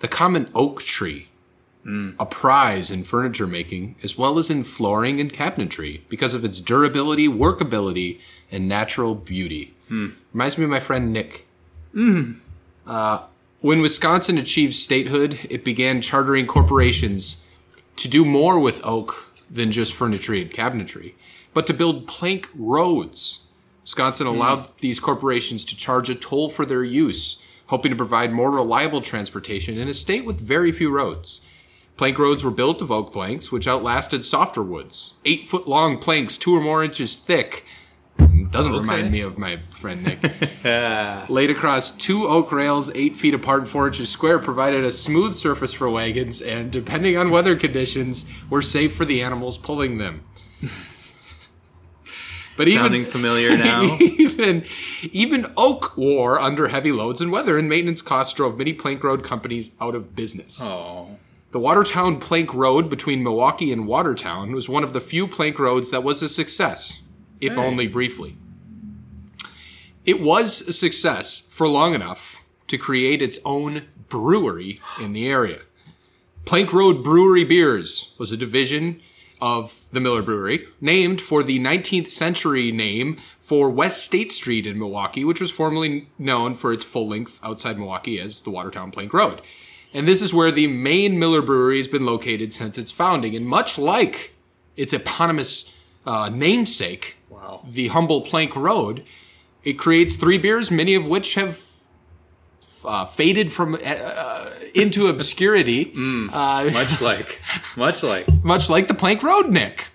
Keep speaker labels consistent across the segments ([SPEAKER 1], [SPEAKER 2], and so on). [SPEAKER 1] The common oak tree, a prize in furniture making as well as in flooring and cabinetry because of its durability, workability, and natural beauty. Reminds me of my friend Nick. Uh, When Wisconsin achieved statehood, it began chartering corporations to do more with oak than just furniture and cabinetry, but to build plank roads. Wisconsin allowed these corporations to charge a toll for their use, hoping to provide more reliable transportation in a state with very few roads. Plank roads were built of oak planks, which outlasted softer woods. Eight foot long planks, two or more inches thick. Doesn't remind me of my friend Nick laid across two oak rails eight feet apart and four inches square provided a smooth surface for wagons and depending on weather conditions were safe for the animals pulling them but
[SPEAKER 2] Sounding
[SPEAKER 1] even
[SPEAKER 2] familiar now.
[SPEAKER 1] even even oak wore under heavy loads and weather and maintenance costs drove many plank road companies out of business
[SPEAKER 2] oh.
[SPEAKER 1] the Watertown Plank Road between Milwaukee and Watertown was one of the few plank roads that was a success, if only briefly. It was a success for long enough to create its own brewery in the area. Plank Road Brewery Beers was a division of the Miller Brewery, named for the 19th century name for West State Street in Milwaukee, which was formerly known for its full length outside Milwaukee as the Watertown Plank Road. And this is where the main Miller Brewery has been located since its founding. And much like its eponymous uh, namesake,
[SPEAKER 2] Wow.
[SPEAKER 1] the humble Plank Road, it creates three beers, many of which have uh, faded from uh, uh, into obscurity. uh,
[SPEAKER 2] Much like. Much like.
[SPEAKER 1] much like the Plank Road Nick.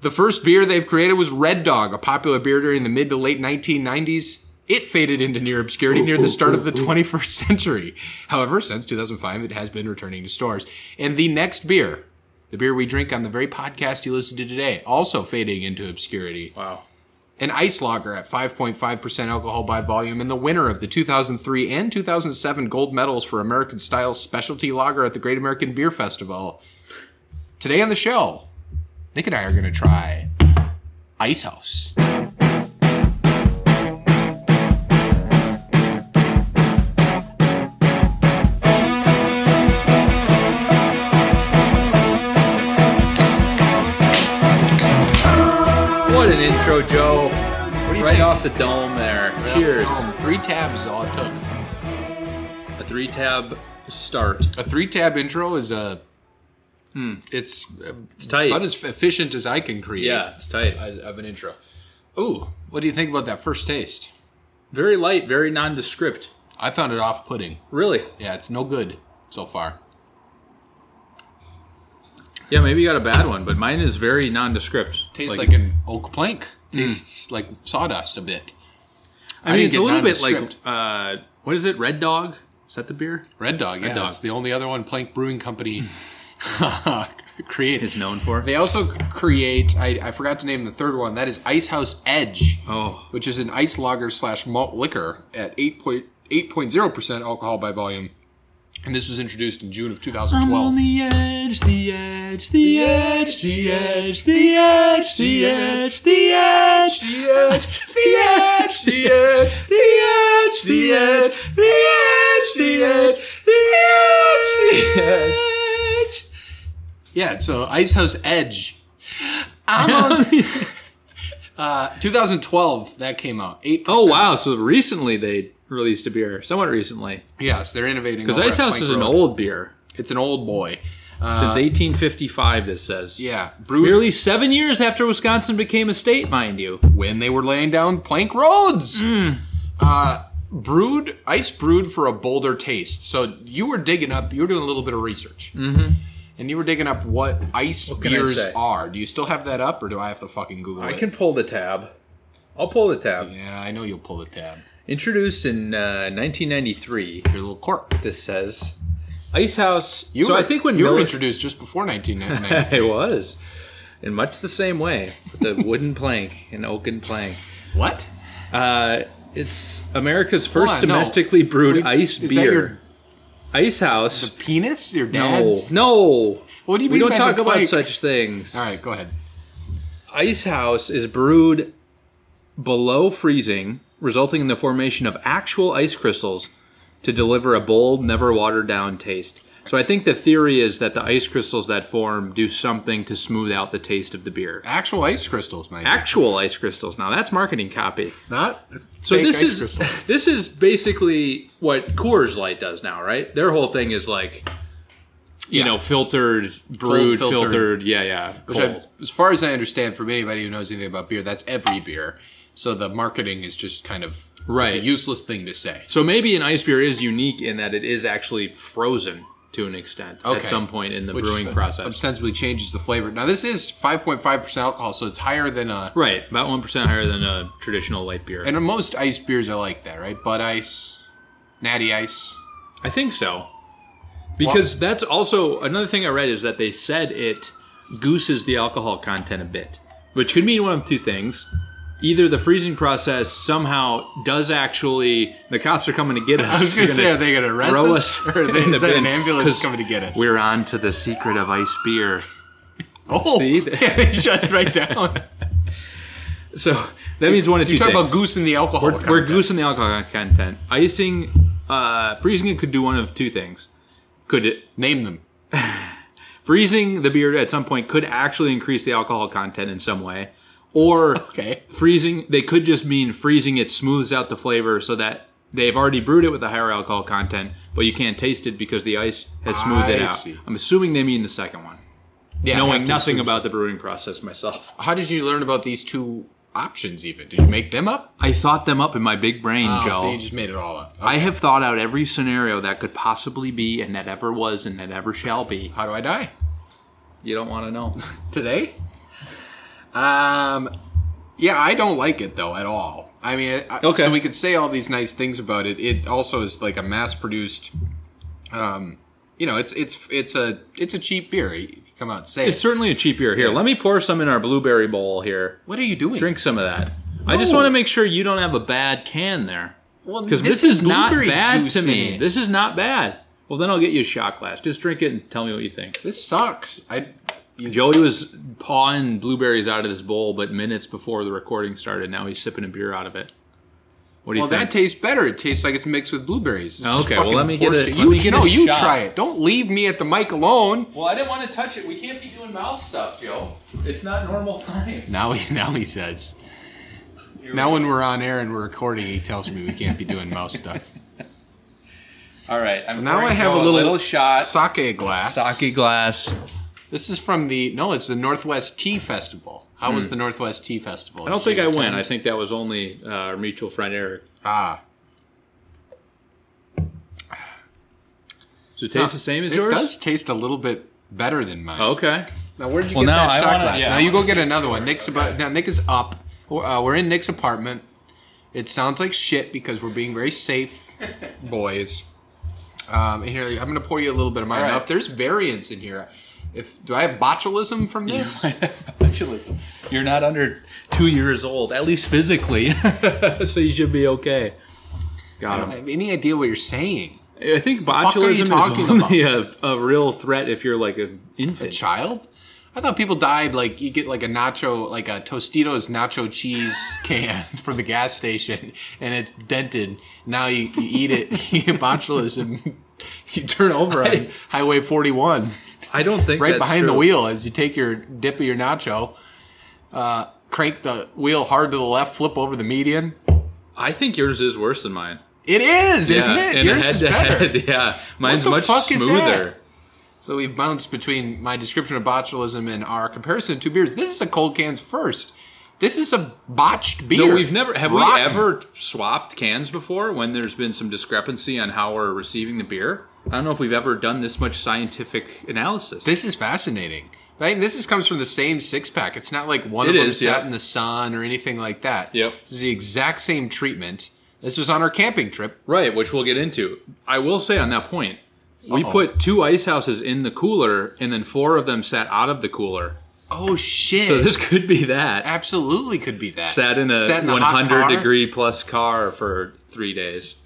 [SPEAKER 1] The first beer they've created was Red Dog, a popular beer during the mid to late 1990s. It faded into near obscurity near the start of the 21st century. However, since 2005, it has been returning to stores. And the next beer, the beer we drink on the very podcast you listen to today, also fading into obscurity
[SPEAKER 2] Wow.
[SPEAKER 1] an ice lager at 5.5% alcohol by volume and the winner of the 2003 and 2007 gold medals for American style specialty lager at the Great American Beer Festival. Today on the show, Nick and I are going to try Ice House.
[SPEAKER 2] What an intro, Joe. Right off the dome there. Cheers.
[SPEAKER 1] Um, three tabs is all it took.
[SPEAKER 2] A three tab start.
[SPEAKER 1] A three tab intro is a. It's uh,
[SPEAKER 2] It's tight.
[SPEAKER 1] about as efficient as I can create
[SPEAKER 2] yeah, it's tight.
[SPEAKER 1] as, of an intro. Ooh, what do you think about that first taste?
[SPEAKER 2] Very light, very nondescript.
[SPEAKER 1] I found it off putting.
[SPEAKER 2] Really?
[SPEAKER 1] Yeah, it's no good so far.
[SPEAKER 2] Yeah, maybe you got a bad one, but mine is very nondescript.
[SPEAKER 1] tastes like, Hmm. an oak plank. Tastes like sawdust a bit.
[SPEAKER 2] I
[SPEAKER 1] didn't
[SPEAKER 2] mean, it's a
[SPEAKER 1] get
[SPEAKER 2] little bit like
[SPEAKER 1] nondescript.
[SPEAKER 2] uh, what is it? Red Dog? Is that the beer?
[SPEAKER 1] Red Dog. Hmm. Yeah,
[SPEAKER 2] Dog.
[SPEAKER 1] it's the only other one Plank Brewing Company
[SPEAKER 2] Is
[SPEAKER 1] creates.
[SPEAKER 2] known for.
[SPEAKER 1] They also create. I, I forgot to name the third one. That is Ice House Edge,
[SPEAKER 2] Oh,
[SPEAKER 1] which is an ice lager slash malt liquor at 8.0 percent alcohol by volume. And this was introduced in June of 2012.
[SPEAKER 2] the edge, the edge, the
[SPEAKER 1] edge, the
[SPEAKER 2] edge, the edge,
[SPEAKER 1] the edge,
[SPEAKER 2] the edge.
[SPEAKER 1] the edge, the edge, the edge, the edge, the edge, the edge, the edge, the edge, the edge. Yeah, so Ice House Edge. I'm on. uh, 2012, that came out. 8%.
[SPEAKER 2] Oh wow! So recently they released a beer, somewhat recently,
[SPEAKER 1] Yes, they're innovating.
[SPEAKER 2] because
[SPEAKER 1] over
[SPEAKER 2] Ice
[SPEAKER 1] Oh, at
[SPEAKER 2] House
[SPEAKER 1] Plank
[SPEAKER 2] is an
[SPEAKER 1] Road.
[SPEAKER 2] old beer
[SPEAKER 1] It's an old boy.
[SPEAKER 2] since 1855. This says.
[SPEAKER 1] Yeah, brewed
[SPEAKER 2] Nearly seven years after Wisconsin became a state, mind you.
[SPEAKER 1] when they were laying down plank roads.
[SPEAKER 2] Hmm.
[SPEAKER 1] Uh, brewed ice brewed for a bolder taste. So you were digging up. You were doing a little bit of research, mm-hmm. and you were digging up what ice
[SPEAKER 2] can I
[SPEAKER 1] beers
[SPEAKER 2] say?
[SPEAKER 1] are. Do you still have that up, or do I have to fucking Google it?
[SPEAKER 2] pull the tab. I'll pull the tab.
[SPEAKER 1] Yeah, I know you'll pull the tab.
[SPEAKER 2] Introduced in uh, 1993,
[SPEAKER 1] Your little corp.
[SPEAKER 2] this says Ice House.
[SPEAKER 1] You
[SPEAKER 2] so
[SPEAKER 1] were,
[SPEAKER 2] I think when
[SPEAKER 1] you were
[SPEAKER 2] Miller-
[SPEAKER 1] introduced just before 1999.
[SPEAKER 2] it was in much the same way, with the wooden plank and oaken plank.
[SPEAKER 1] what?
[SPEAKER 2] Uh, it's America's first
[SPEAKER 1] on, no.
[SPEAKER 2] domestically brewed
[SPEAKER 1] Wait,
[SPEAKER 2] ice
[SPEAKER 1] is that
[SPEAKER 2] beer.
[SPEAKER 1] your-
[SPEAKER 2] Ice House.
[SPEAKER 1] Penis? Your
[SPEAKER 2] No,
[SPEAKER 1] dad's?
[SPEAKER 2] no.
[SPEAKER 1] What do you
[SPEAKER 2] we
[SPEAKER 1] mean
[SPEAKER 2] don't
[SPEAKER 1] by
[SPEAKER 2] talk
[SPEAKER 1] the
[SPEAKER 2] about
[SPEAKER 1] plank?
[SPEAKER 2] such things.
[SPEAKER 1] All right, go ahead.
[SPEAKER 2] Ice House is brewed below freezing, resulting in the formation of actual ice crystals to deliver a bold, never watered down taste. So I think the theory is that the ice crystals that form do something to smooth out the taste of the beer.
[SPEAKER 1] Actual ice crystals, maybe.
[SPEAKER 2] Actual ice crystals. Now that's marketing copy.
[SPEAKER 1] Not
[SPEAKER 2] So
[SPEAKER 1] fake
[SPEAKER 2] this
[SPEAKER 1] ice
[SPEAKER 2] is
[SPEAKER 1] crystals.
[SPEAKER 2] this is basically what Coors Light does now, right? Their whole thing is like, you
[SPEAKER 1] Yeah.
[SPEAKER 2] know, filtered, brewed,
[SPEAKER 1] filtered.
[SPEAKER 2] filtered. yeah, yeah,
[SPEAKER 1] Which I-
[SPEAKER 2] cold.
[SPEAKER 1] as far as I understand, from anybody who knows anything about beer, that's every beer. So the marketing is just kind of it's a
[SPEAKER 2] Right.
[SPEAKER 1] useless thing to say.
[SPEAKER 2] So maybe an ice beer is unique in that it is actually frozen to an extent
[SPEAKER 1] Okay.
[SPEAKER 2] at some point in the
[SPEAKER 1] Which
[SPEAKER 2] brewing process.
[SPEAKER 1] ostensibly changes the flavor. Now this is 5.5% alcohol, so it's higher than a.
[SPEAKER 2] Right, about one percent higher than a traditional light beer.
[SPEAKER 1] And most ice beers are like that, right? Bud Ice, Natty Ice.
[SPEAKER 2] I think so. Because that's also another thing I read is that they said it gooses the alcohol content a bit, which could mean one of two things. Either the freezing process somehow does actually the cops are coming to get us.
[SPEAKER 1] I was gonna
[SPEAKER 2] They're
[SPEAKER 1] say, are they gonna arrest
[SPEAKER 2] throw
[SPEAKER 1] us, or are they,
[SPEAKER 2] in the
[SPEAKER 1] is that an
[SPEAKER 2] bin,
[SPEAKER 1] ambulance
[SPEAKER 2] 'cause
[SPEAKER 1] coming to get us?
[SPEAKER 2] We're on to the secret of ice beer.
[SPEAKER 1] oh,
[SPEAKER 2] see?
[SPEAKER 1] yeah, they shut it right down.
[SPEAKER 2] So that means one of two
[SPEAKER 1] Talk
[SPEAKER 2] things.
[SPEAKER 1] about goose in the alcohol.
[SPEAKER 2] We're, we're
[SPEAKER 1] content.
[SPEAKER 2] goosing the alcohol content. Icing, uh, freezing it could do one of two things. Could it
[SPEAKER 1] Name them.
[SPEAKER 2] freezing the beer at some point could actually increase the alcohol content in some way or
[SPEAKER 1] Okay.
[SPEAKER 2] freezing they could just mean freezing it smooths out the flavor so that they've already brewed it with a higher alcohol content but you can't taste it because the ice has smoothed it
[SPEAKER 1] I
[SPEAKER 2] out
[SPEAKER 1] see.
[SPEAKER 2] i'm assuming they mean the second one
[SPEAKER 1] Yeah, I
[SPEAKER 2] knowing
[SPEAKER 1] have to
[SPEAKER 2] nothing
[SPEAKER 1] assume so.
[SPEAKER 2] about the brewing process myself
[SPEAKER 1] How did you learn about these two options? Even did you make them up?
[SPEAKER 2] i thought them up in my big brain
[SPEAKER 1] Oh,
[SPEAKER 2] joe
[SPEAKER 1] so you just made it all up.
[SPEAKER 2] i have thought out every scenario that could possibly be and that ever was and that ever shall be
[SPEAKER 1] How do I die
[SPEAKER 2] you don't want to know
[SPEAKER 1] today? Um, yeah, I don't like it though at all. I mean, I,
[SPEAKER 2] Okay.
[SPEAKER 1] so we could say all these nice things about it. It also is like a mass-produced. Um, you know, it's it's it's a it's a cheap beer. You come out and say
[SPEAKER 2] It's
[SPEAKER 1] it.
[SPEAKER 2] certainly a cheap beer. Here, let me pour some in our blueberry bowl here.
[SPEAKER 1] What are you doing?
[SPEAKER 2] Drink some of that. I just
[SPEAKER 1] No.
[SPEAKER 2] want to make sure you don't have a bad can there.
[SPEAKER 1] Well,
[SPEAKER 2] Because Oh. this, is not
[SPEAKER 1] blueberry
[SPEAKER 2] bad
[SPEAKER 1] juice
[SPEAKER 2] to
[SPEAKER 1] in
[SPEAKER 2] me.
[SPEAKER 1] it.
[SPEAKER 2] This is not bad. Well, then I'll get you a shot glass. Just drink it and tell me what you think.
[SPEAKER 1] This sucks. I
[SPEAKER 2] Joey was pawing blueberries out of this bowl, but minutes before the recording started, now he's sipping a beer out of it. What do you
[SPEAKER 1] well, that
[SPEAKER 2] think?
[SPEAKER 1] tastes better. It tastes like it's mixed with blueberries. This is
[SPEAKER 2] Okay, well,
[SPEAKER 1] fucking
[SPEAKER 2] let me get a-
[SPEAKER 1] horseshit.
[SPEAKER 2] let
[SPEAKER 1] You
[SPEAKER 2] me get a
[SPEAKER 1] no, you
[SPEAKER 2] shot.
[SPEAKER 1] try it. Don't leave me at the mic alone.
[SPEAKER 2] well, I didn't want to touch it. We can't be doing mouth stuff, Joe. It's not normal time.
[SPEAKER 1] Now he now he says. Now when we're on air and we're recording, he tells me we can't be doing mouse stuff.
[SPEAKER 2] All right. I'm
[SPEAKER 1] Now I
[SPEAKER 2] pouring
[SPEAKER 1] have a
[SPEAKER 2] Joe
[SPEAKER 1] little,
[SPEAKER 2] shot.
[SPEAKER 1] sake glass.
[SPEAKER 2] Sake glass.
[SPEAKER 1] This is from the no, it's the Northwest Tea Festival. How was the Northwest Tea Festival?
[SPEAKER 2] Hmm. I don't think I went. I think that was only uh, our mutual friend Eric.
[SPEAKER 1] ah,
[SPEAKER 2] Does it taste the same as
[SPEAKER 1] it
[SPEAKER 2] yours?
[SPEAKER 1] does taste a little bit better than mine.
[SPEAKER 2] Okay.
[SPEAKER 1] Now where did you
[SPEAKER 2] Well,
[SPEAKER 1] get
[SPEAKER 2] now
[SPEAKER 1] that
[SPEAKER 2] I
[SPEAKER 1] shot
[SPEAKER 2] wanna-
[SPEAKER 1] glass?
[SPEAKER 2] yeah,
[SPEAKER 1] now
[SPEAKER 2] I
[SPEAKER 1] you go
[SPEAKER 2] wanna
[SPEAKER 1] get
[SPEAKER 2] see
[SPEAKER 1] another
[SPEAKER 2] yours.
[SPEAKER 1] one. Nick's
[SPEAKER 2] Okay.
[SPEAKER 1] about now. Nick is up. We're, uh, we're in Nick's apartment. It sounds like shit because we're being very safe, boys. Um, and here I'm going to pour you a little bit of mine.
[SPEAKER 2] All
[SPEAKER 1] Now,
[SPEAKER 2] right.
[SPEAKER 1] if there's variance in here, if do I have botulism from this?
[SPEAKER 2] Botulism. You're not under two years old, at least physically, so you should be okay.
[SPEAKER 1] I
[SPEAKER 2] Got
[SPEAKER 1] don't
[SPEAKER 2] him.
[SPEAKER 1] have any idea what you're saying.
[SPEAKER 2] I think
[SPEAKER 1] fuck are you
[SPEAKER 2] botulism
[SPEAKER 1] talking
[SPEAKER 2] is only a, a real threat if you're like an infant.
[SPEAKER 1] Child? I thought people died like you get like a nacho, like a Tostitos nacho cheese can from the gas station, and it's dented. Now you, you eat it, you get botulism. You turn over on Highway 41,
[SPEAKER 2] I don't think
[SPEAKER 1] right
[SPEAKER 2] that's
[SPEAKER 1] behind the
[SPEAKER 2] true.
[SPEAKER 1] wheel, as you take your dip of your nacho, uh, crank the wheel hard to the left, flip over the median.
[SPEAKER 2] I think yours is worse than mine.
[SPEAKER 1] It is, isn't
[SPEAKER 2] yeah,
[SPEAKER 1] it?
[SPEAKER 2] in a
[SPEAKER 1] Yours is better.
[SPEAKER 2] head-to-head, Yeah, mine's
[SPEAKER 1] the
[SPEAKER 2] much
[SPEAKER 1] fuck is that?
[SPEAKER 2] smoother.
[SPEAKER 1] So we've bounced between my description of botulism and our comparison of two beers. This is a cold cans first. This is a botched beer.
[SPEAKER 2] No, we've never. Have we
[SPEAKER 1] Rotten.
[SPEAKER 2] ever swapped cans before when there's been some discrepancy on how we're receiving the beer? I don't know if we've ever done this much scientific analysis.
[SPEAKER 1] This is fascinating. Right? And this is, comes from the same six pack. It's not like one
[SPEAKER 2] It
[SPEAKER 1] of them
[SPEAKER 2] is,
[SPEAKER 1] sat
[SPEAKER 2] yeah.
[SPEAKER 1] in the sun or anything like that.
[SPEAKER 2] Yep.
[SPEAKER 1] This is the exact same treatment. This was on our camping trip.
[SPEAKER 2] right, which we'll get into. I will say on that point, we
[SPEAKER 1] Uh-oh.
[SPEAKER 2] put two ice houses in the cooler, and then four of them sat out of the cooler.
[SPEAKER 1] Oh shit!
[SPEAKER 2] So this could be that.
[SPEAKER 1] absolutely could be that.
[SPEAKER 2] Sat in a
[SPEAKER 1] Sat in hot
[SPEAKER 2] 100
[SPEAKER 1] car.
[SPEAKER 2] degree plus car for three days.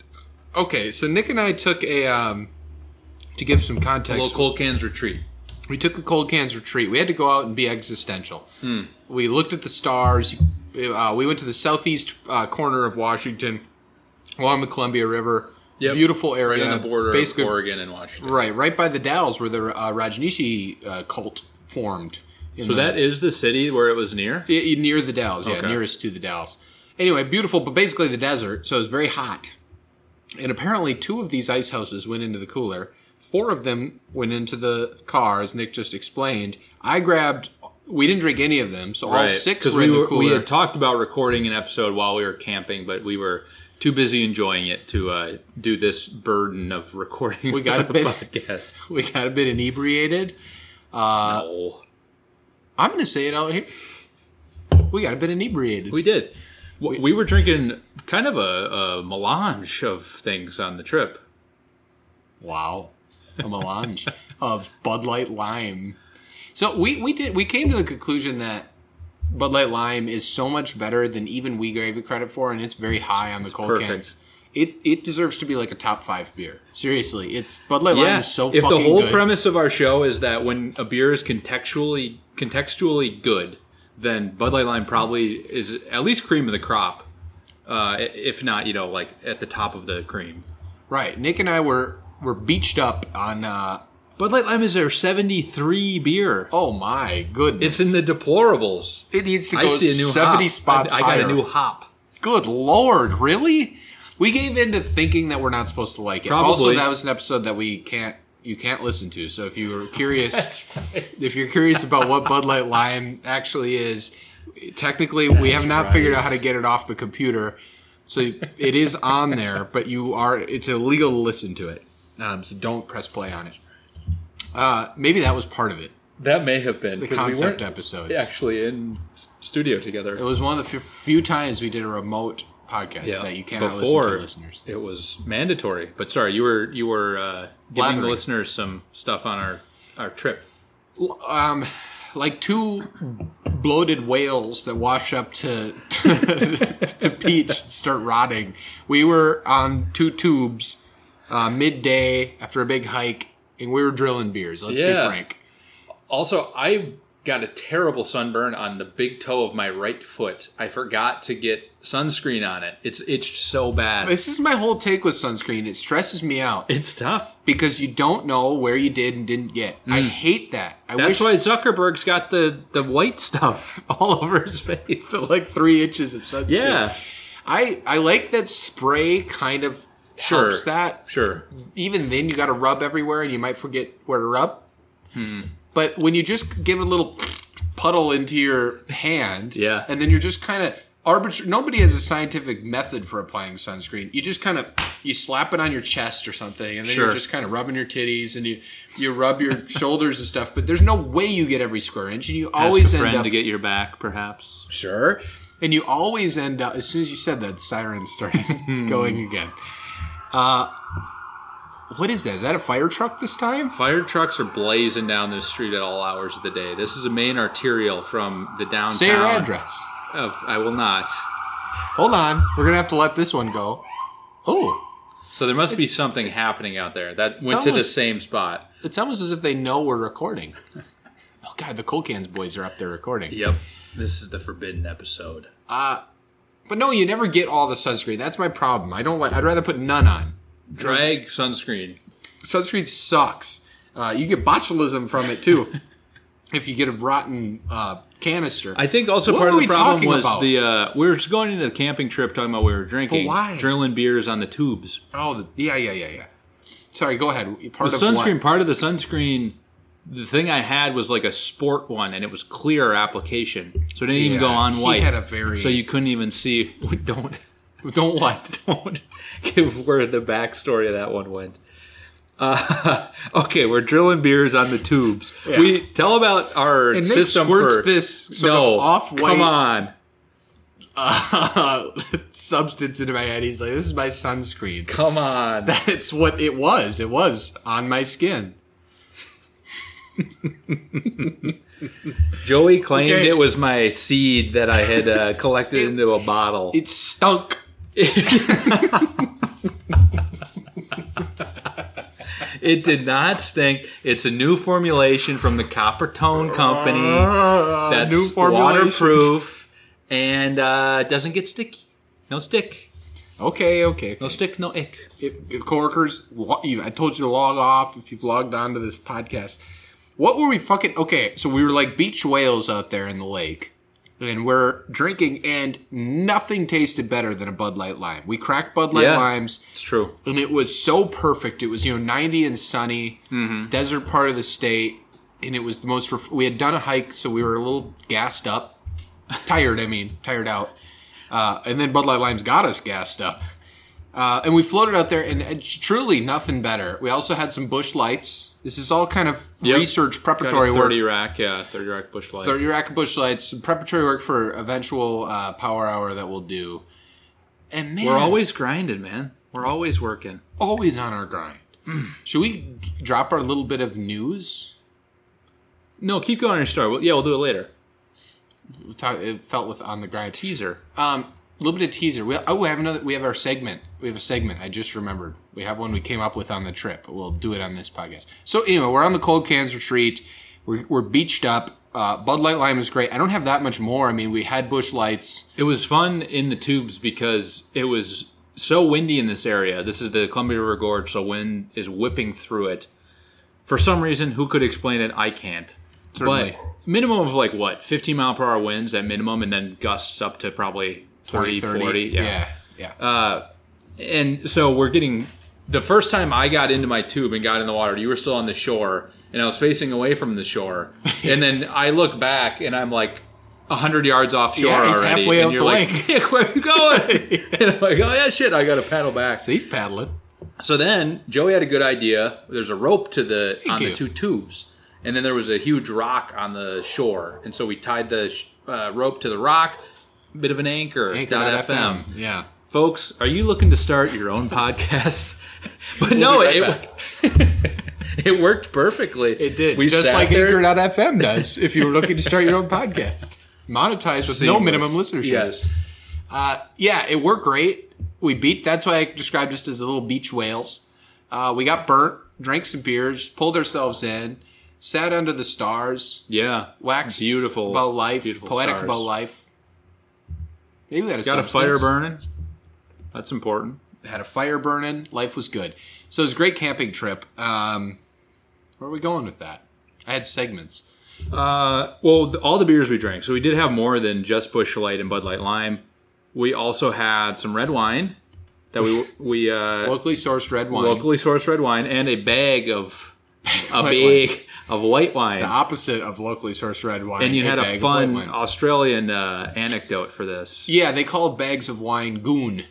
[SPEAKER 1] Okay, so Nick and I took a um, to give some context.
[SPEAKER 2] Little cold cans retreat.
[SPEAKER 1] We took a cold cans retreat. We had to go out and be existential. We looked at the stars. Uh, we went to the southeast uh, corner of Washington, along the Columbia River,
[SPEAKER 2] Yep.
[SPEAKER 1] beautiful
[SPEAKER 2] Right
[SPEAKER 1] area,
[SPEAKER 2] on the border
[SPEAKER 1] basically-
[SPEAKER 2] of Oregon and Washington.
[SPEAKER 1] right, right by the Dalles where the uh, Rajneeshi uh, cult formed. in
[SPEAKER 2] So
[SPEAKER 1] the-
[SPEAKER 2] that is the city where it was near.
[SPEAKER 1] I- I- near the Dalles, yeah,
[SPEAKER 2] Okay.
[SPEAKER 1] nearest to the Dalles. Anyway, beautiful, but basically the desert, so it's very hot. And apparently, two of these ice houses went into the cooler. Four of them went into the car, as Nick just explained. I grabbed. We didn't drink any of them, so all six
[SPEAKER 2] 'Cause
[SPEAKER 1] were
[SPEAKER 2] we,
[SPEAKER 1] in the
[SPEAKER 2] were-
[SPEAKER 1] cooler.
[SPEAKER 2] we had talked about recording an episode while we were camping, but we were too busy enjoying it to uh, do this burden of recording.
[SPEAKER 1] We got
[SPEAKER 2] a
[SPEAKER 1] a bit-
[SPEAKER 2] podcast.
[SPEAKER 1] we got a bit inebriated. Uh,
[SPEAKER 2] No.
[SPEAKER 1] I'm going to say it out here. We got a bit inebriated.
[SPEAKER 2] We did. We, we were drinking kind of a, a melange of things on the trip.
[SPEAKER 1] Wow. A melange of Bud Light Lime. So we, we did we came to the conclusion that Bud Light Lime is so much better than even we gave it credit for, and it's very high on the cold
[SPEAKER 2] perfect.
[SPEAKER 1] cans. It it deserves to be like a top five beer. Seriously, it's Bud Light Lime
[SPEAKER 2] Yeah.
[SPEAKER 1] is so
[SPEAKER 2] if the
[SPEAKER 1] fucking
[SPEAKER 2] whole
[SPEAKER 1] good.
[SPEAKER 2] premise of our show is that when a beer is contextually contextually good, then Bud Light Lime probably is at least cream of the crop, uh, i- if not you know like at the top of the cream.
[SPEAKER 1] right, Nick and I were were beached up on. uh
[SPEAKER 2] Bud Light Lime is their seventy three beer.
[SPEAKER 1] Oh my goodness!
[SPEAKER 2] It's in the deplorables.
[SPEAKER 1] It needs to
[SPEAKER 2] I
[SPEAKER 1] go
[SPEAKER 2] see a new
[SPEAKER 1] seventy
[SPEAKER 2] hop.
[SPEAKER 1] spots.
[SPEAKER 2] I, I got
[SPEAKER 1] higher.
[SPEAKER 2] a new hop.
[SPEAKER 1] Good lord, really? We gave in to thinking that we're not supposed to like it.
[SPEAKER 2] Probably.
[SPEAKER 1] Also, that was an episode that we can't you can't listen to. So if you're curious, if you're curious about what Bud Light Lime actually is, technically we have not figured out how to get it off the computer. So it is on there, but you are it's illegal to listen to it. Um, so don't press play on it. Uh, maybe that was part of it.
[SPEAKER 2] That may have been the
[SPEAKER 1] Concept episode.
[SPEAKER 2] actually in studio together.
[SPEAKER 1] It was one of the f- few times we did a remote podcast that you cannot listen to listeners.
[SPEAKER 2] It was mandatory. But sorry, you were you were uh, giving the
[SPEAKER 1] Blathering.
[SPEAKER 2] listeners some stuff on our our trip.
[SPEAKER 1] um, like two bloated whales that wash up to, to the beach and start rotting. We were on two tubes uh, midday after a big hike, and we were drilling beers. Let's
[SPEAKER 2] Yeah.
[SPEAKER 1] be frank.
[SPEAKER 2] Also, I got a terrible sunburn on the big toe of my right foot. I forgot to get sunscreen on it. It's itched so bad.
[SPEAKER 1] This is my whole take with sunscreen. It stresses me out
[SPEAKER 2] it's tough.
[SPEAKER 1] because you don't know where you did and didn't get. I hate that. I
[SPEAKER 2] Mm.
[SPEAKER 1] wish
[SPEAKER 2] That's why Zuckerberg's got the the white stuff all over his face.
[SPEAKER 1] like three inches of sunscreen.
[SPEAKER 2] yeah,
[SPEAKER 1] I I like that spray kind of
[SPEAKER 2] Sure.
[SPEAKER 1] helps that.
[SPEAKER 2] sure.
[SPEAKER 1] even then you got to rub everywhere and you might forget where to rub.
[SPEAKER 2] Hmm.
[SPEAKER 1] But when you just give a little puddle into your hand,
[SPEAKER 2] Yeah.
[SPEAKER 1] and then you're just kind of arbitrary. Nobody has a scientific method for applying sunscreen. You just kind of you slap it on your chest or something, and then
[SPEAKER 2] Sure.
[SPEAKER 1] you're just kind of rubbing your titties and you you rub your shoulders and stuff. But there's no way you get every square inch, and you always
[SPEAKER 2] Ask a
[SPEAKER 1] end
[SPEAKER 2] friend
[SPEAKER 1] up
[SPEAKER 2] to get your back, perhaps.
[SPEAKER 1] Sure. And you always end up, as soon as you said that, the siren started going again. Uh, what is that? Is that a fire truck this time?
[SPEAKER 2] Fire trucks are blazing down this street at all hours of the day. This is a main arterial from the downtown.
[SPEAKER 1] Say your address.
[SPEAKER 2] Of, I will not.
[SPEAKER 1] Hold on. We're going to have to let this one go. Oh,
[SPEAKER 2] So there must be something happening out there. That went to the
[SPEAKER 1] almost-
[SPEAKER 2] same spot.
[SPEAKER 1] it's almost as if they know we're recording. Oh, God, the Cold Cans boys are up there recording.
[SPEAKER 2] Yep. This is the forbidden episode.
[SPEAKER 1] But no, you never get all the sunscreen. That's my problem. I don't like, I'd rather put none on.
[SPEAKER 2] Drag sunscreen.
[SPEAKER 1] Sunscreen sucks. Uh, you get botulism from it too if you get a rotten uh, canister.
[SPEAKER 2] I think also
[SPEAKER 1] What
[SPEAKER 2] part
[SPEAKER 1] were
[SPEAKER 2] of
[SPEAKER 1] we
[SPEAKER 2] the problem
[SPEAKER 1] talking
[SPEAKER 2] was
[SPEAKER 1] about?
[SPEAKER 2] the uh, we were just going into the camping trip talking about we were drinking,
[SPEAKER 1] why?
[SPEAKER 2] drilling beers on the tubes.
[SPEAKER 1] Oh, the, yeah, yeah, yeah, yeah. Sorry, go ahead. Part
[SPEAKER 2] The
[SPEAKER 1] of
[SPEAKER 2] sunscreen
[SPEAKER 1] What?
[SPEAKER 2] part of the sunscreen. The thing I had was like a sport one, and it was clear application, so it didn't even
[SPEAKER 1] Yeah,
[SPEAKER 2] go on
[SPEAKER 1] he
[SPEAKER 2] white.
[SPEAKER 1] had a very-
[SPEAKER 2] so you couldn't even see. Don't
[SPEAKER 1] Don't what?
[SPEAKER 2] don't give where the backstory of that one went. Uh, okay, we're drilling beers on the tubes.
[SPEAKER 1] Yeah.
[SPEAKER 2] We tell about our
[SPEAKER 1] And Nick
[SPEAKER 2] system
[SPEAKER 1] squirts
[SPEAKER 2] for
[SPEAKER 1] this sort
[SPEAKER 2] no
[SPEAKER 1] of off-white
[SPEAKER 2] Come on,
[SPEAKER 1] uh, substance into my head. He's like, "This is my sunscreen."
[SPEAKER 2] come on.
[SPEAKER 1] That's what it was. It was on my skin.
[SPEAKER 2] Joey claimed
[SPEAKER 1] Okay.
[SPEAKER 2] it was my seed that I had uh, collected into a bottle.
[SPEAKER 1] It stunk.
[SPEAKER 2] It did not stink. It's a new formulation from the Copper Tone Company
[SPEAKER 1] Uh,
[SPEAKER 2] that's
[SPEAKER 1] new formulation.
[SPEAKER 2] waterproof and uh, doesn't get sticky. No stick.
[SPEAKER 1] Okay, okay.
[SPEAKER 2] No stick, no ick.
[SPEAKER 1] If, if coworkers, lo- you, I told you to log off if you've logged on to this podcast. What were we fucking? Okay, so we were like beach whales out there in the lake, and we're drinking, and nothing tasted better than a Bud Light lime. We cracked Bud Light
[SPEAKER 2] Yeah.
[SPEAKER 1] limes,
[SPEAKER 2] It's true.
[SPEAKER 1] and it was so perfect. It was you know ninety and sunny,
[SPEAKER 2] Mm-hmm.
[SPEAKER 1] desert part of the state, and it was the most. Ref- we had done a hike, so we were a little gassed up, tired. I mean, tired out. Uh, and then Bud Light Limes got us gassed up, uh, and we floated out there, and uh, truly nothing better. We also had some bush lights. This is all kind of
[SPEAKER 2] Yep.
[SPEAKER 1] research
[SPEAKER 2] Got
[SPEAKER 1] preparatory
[SPEAKER 2] a 30
[SPEAKER 1] work.
[SPEAKER 2] rack, yeah, 30 rack bush light.
[SPEAKER 1] Thirty rack of bush lights, some preparatory work for eventual uh, power hour that we'll do. And man,
[SPEAKER 2] We're always grinding, man. We're always working.
[SPEAKER 1] always on our grind. Should we g- drop our little bit of news?
[SPEAKER 2] No, keep going on your story. Well, yeah, we'll do it later.
[SPEAKER 1] We talk- It felt with on the grind.
[SPEAKER 2] Teaser.
[SPEAKER 1] Um, a little bit of teaser. We, oh, we have another. We have our segment. We have a segment. I just remembered. We have one we came up with on the trip. We'll do it on this podcast. So anyway, we're on the cold cans retreat. We're, we're beached up. Uh, Bud Light Lime is great. I don't have that much more. I mean, we had bush lights.
[SPEAKER 2] It was fun in the tubes because it was so windy in this area. This is the Columbia River Gorge, so wind is whipping through it. For some reason, who could explain it? I can't.
[SPEAKER 1] Certainly.
[SPEAKER 2] But minimum of like what, 15 mile per hour winds at minimum, and then gusts up to probably 30, 40.
[SPEAKER 1] yeah, yeah.
[SPEAKER 2] and so we're getting the first time I got into my tube and got in the water, you were still on the shore, and I was facing away from the shore, and then I look back and I'm like. hundred yards offshore
[SPEAKER 1] Yeah, he's
[SPEAKER 2] already,
[SPEAKER 1] halfway
[SPEAKER 2] and
[SPEAKER 1] up
[SPEAKER 2] you're
[SPEAKER 1] the
[SPEAKER 2] like,
[SPEAKER 1] lake.
[SPEAKER 2] "Nick, where are you going?" and I'm like, "Oh yeah, shit, I got to paddle back."
[SPEAKER 1] so he's paddling.
[SPEAKER 2] So then Joey had a good idea. There's a rope to the on
[SPEAKER 1] you.
[SPEAKER 2] the two tubes, and then there was a huge rock on the shore, and so we tied the sh- uh, rope to the rock. Bit of an anchor. dot FM
[SPEAKER 1] Yeah.
[SPEAKER 2] folks are you looking to start your own podcast but no
[SPEAKER 1] be right
[SPEAKER 2] it, it worked perfectly
[SPEAKER 1] It did.
[SPEAKER 2] we
[SPEAKER 1] just
[SPEAKER 2] sat
[SPEAKER 1] like
[SPEAKER 2] there-
[SPEAKER 1] Anchor.fm does if you were looking to start your own podcast. Monetized with no
[SPEAKER 2] Seamless.
[SPEAKER 1] minimum listenership.
[SPEAKER 2] yes
[SPEAKER 1] Uh, yeah, it worked great. We beat, that's why I described us as the little beach whales. Uh, we got burnt, drank some beers, pulled ourselves in, sat under the stars,
[SPEAKER 2] yeah
[SPEAKER 1] waxed
[SPEAKER 2] Beautiful-
[SPEAKER 1] about life,
[SPEAKER 2] beautiful
[SPEAKER 1] poetic
[SPEAKER 2] stars.
[SPEAKER 1] about life. Maybe we had a,
[SPEAKER 2] got a fire
[SPEAKER 1] substance.
[SPEAKER 2] burning that's important
[SPEAKER 1] Had a fire burning. Life was good. So it was a great camping trip. Um, where are we going with that? I had segments.
[SPEAKER 2] uh, well th- all the beers we drank so we did have more than just bush light and bud light lime we also had some red wine that we we uh,
[SPEAKER 1] Locally sourced red wine.
[SPEAKER 2] locally sourced red wine and a bag of a
[SPEAKER 1] white
[SPEAKER 2] bag of white wine
[SPEAKER 1] the opposite of locally sourced red wine.
[SPEAKER 2] and you had
[SPEAKER 1] bag
[SPEAKER 2] a
[SPEAKER 1] of white
[SPEAKER 2] fun
[SPEAKER 1] wine.
[SPEAKER 2] Australian uh, anecdote for this.
[SPEAKER 1] Yeah, they call bags of wine goon.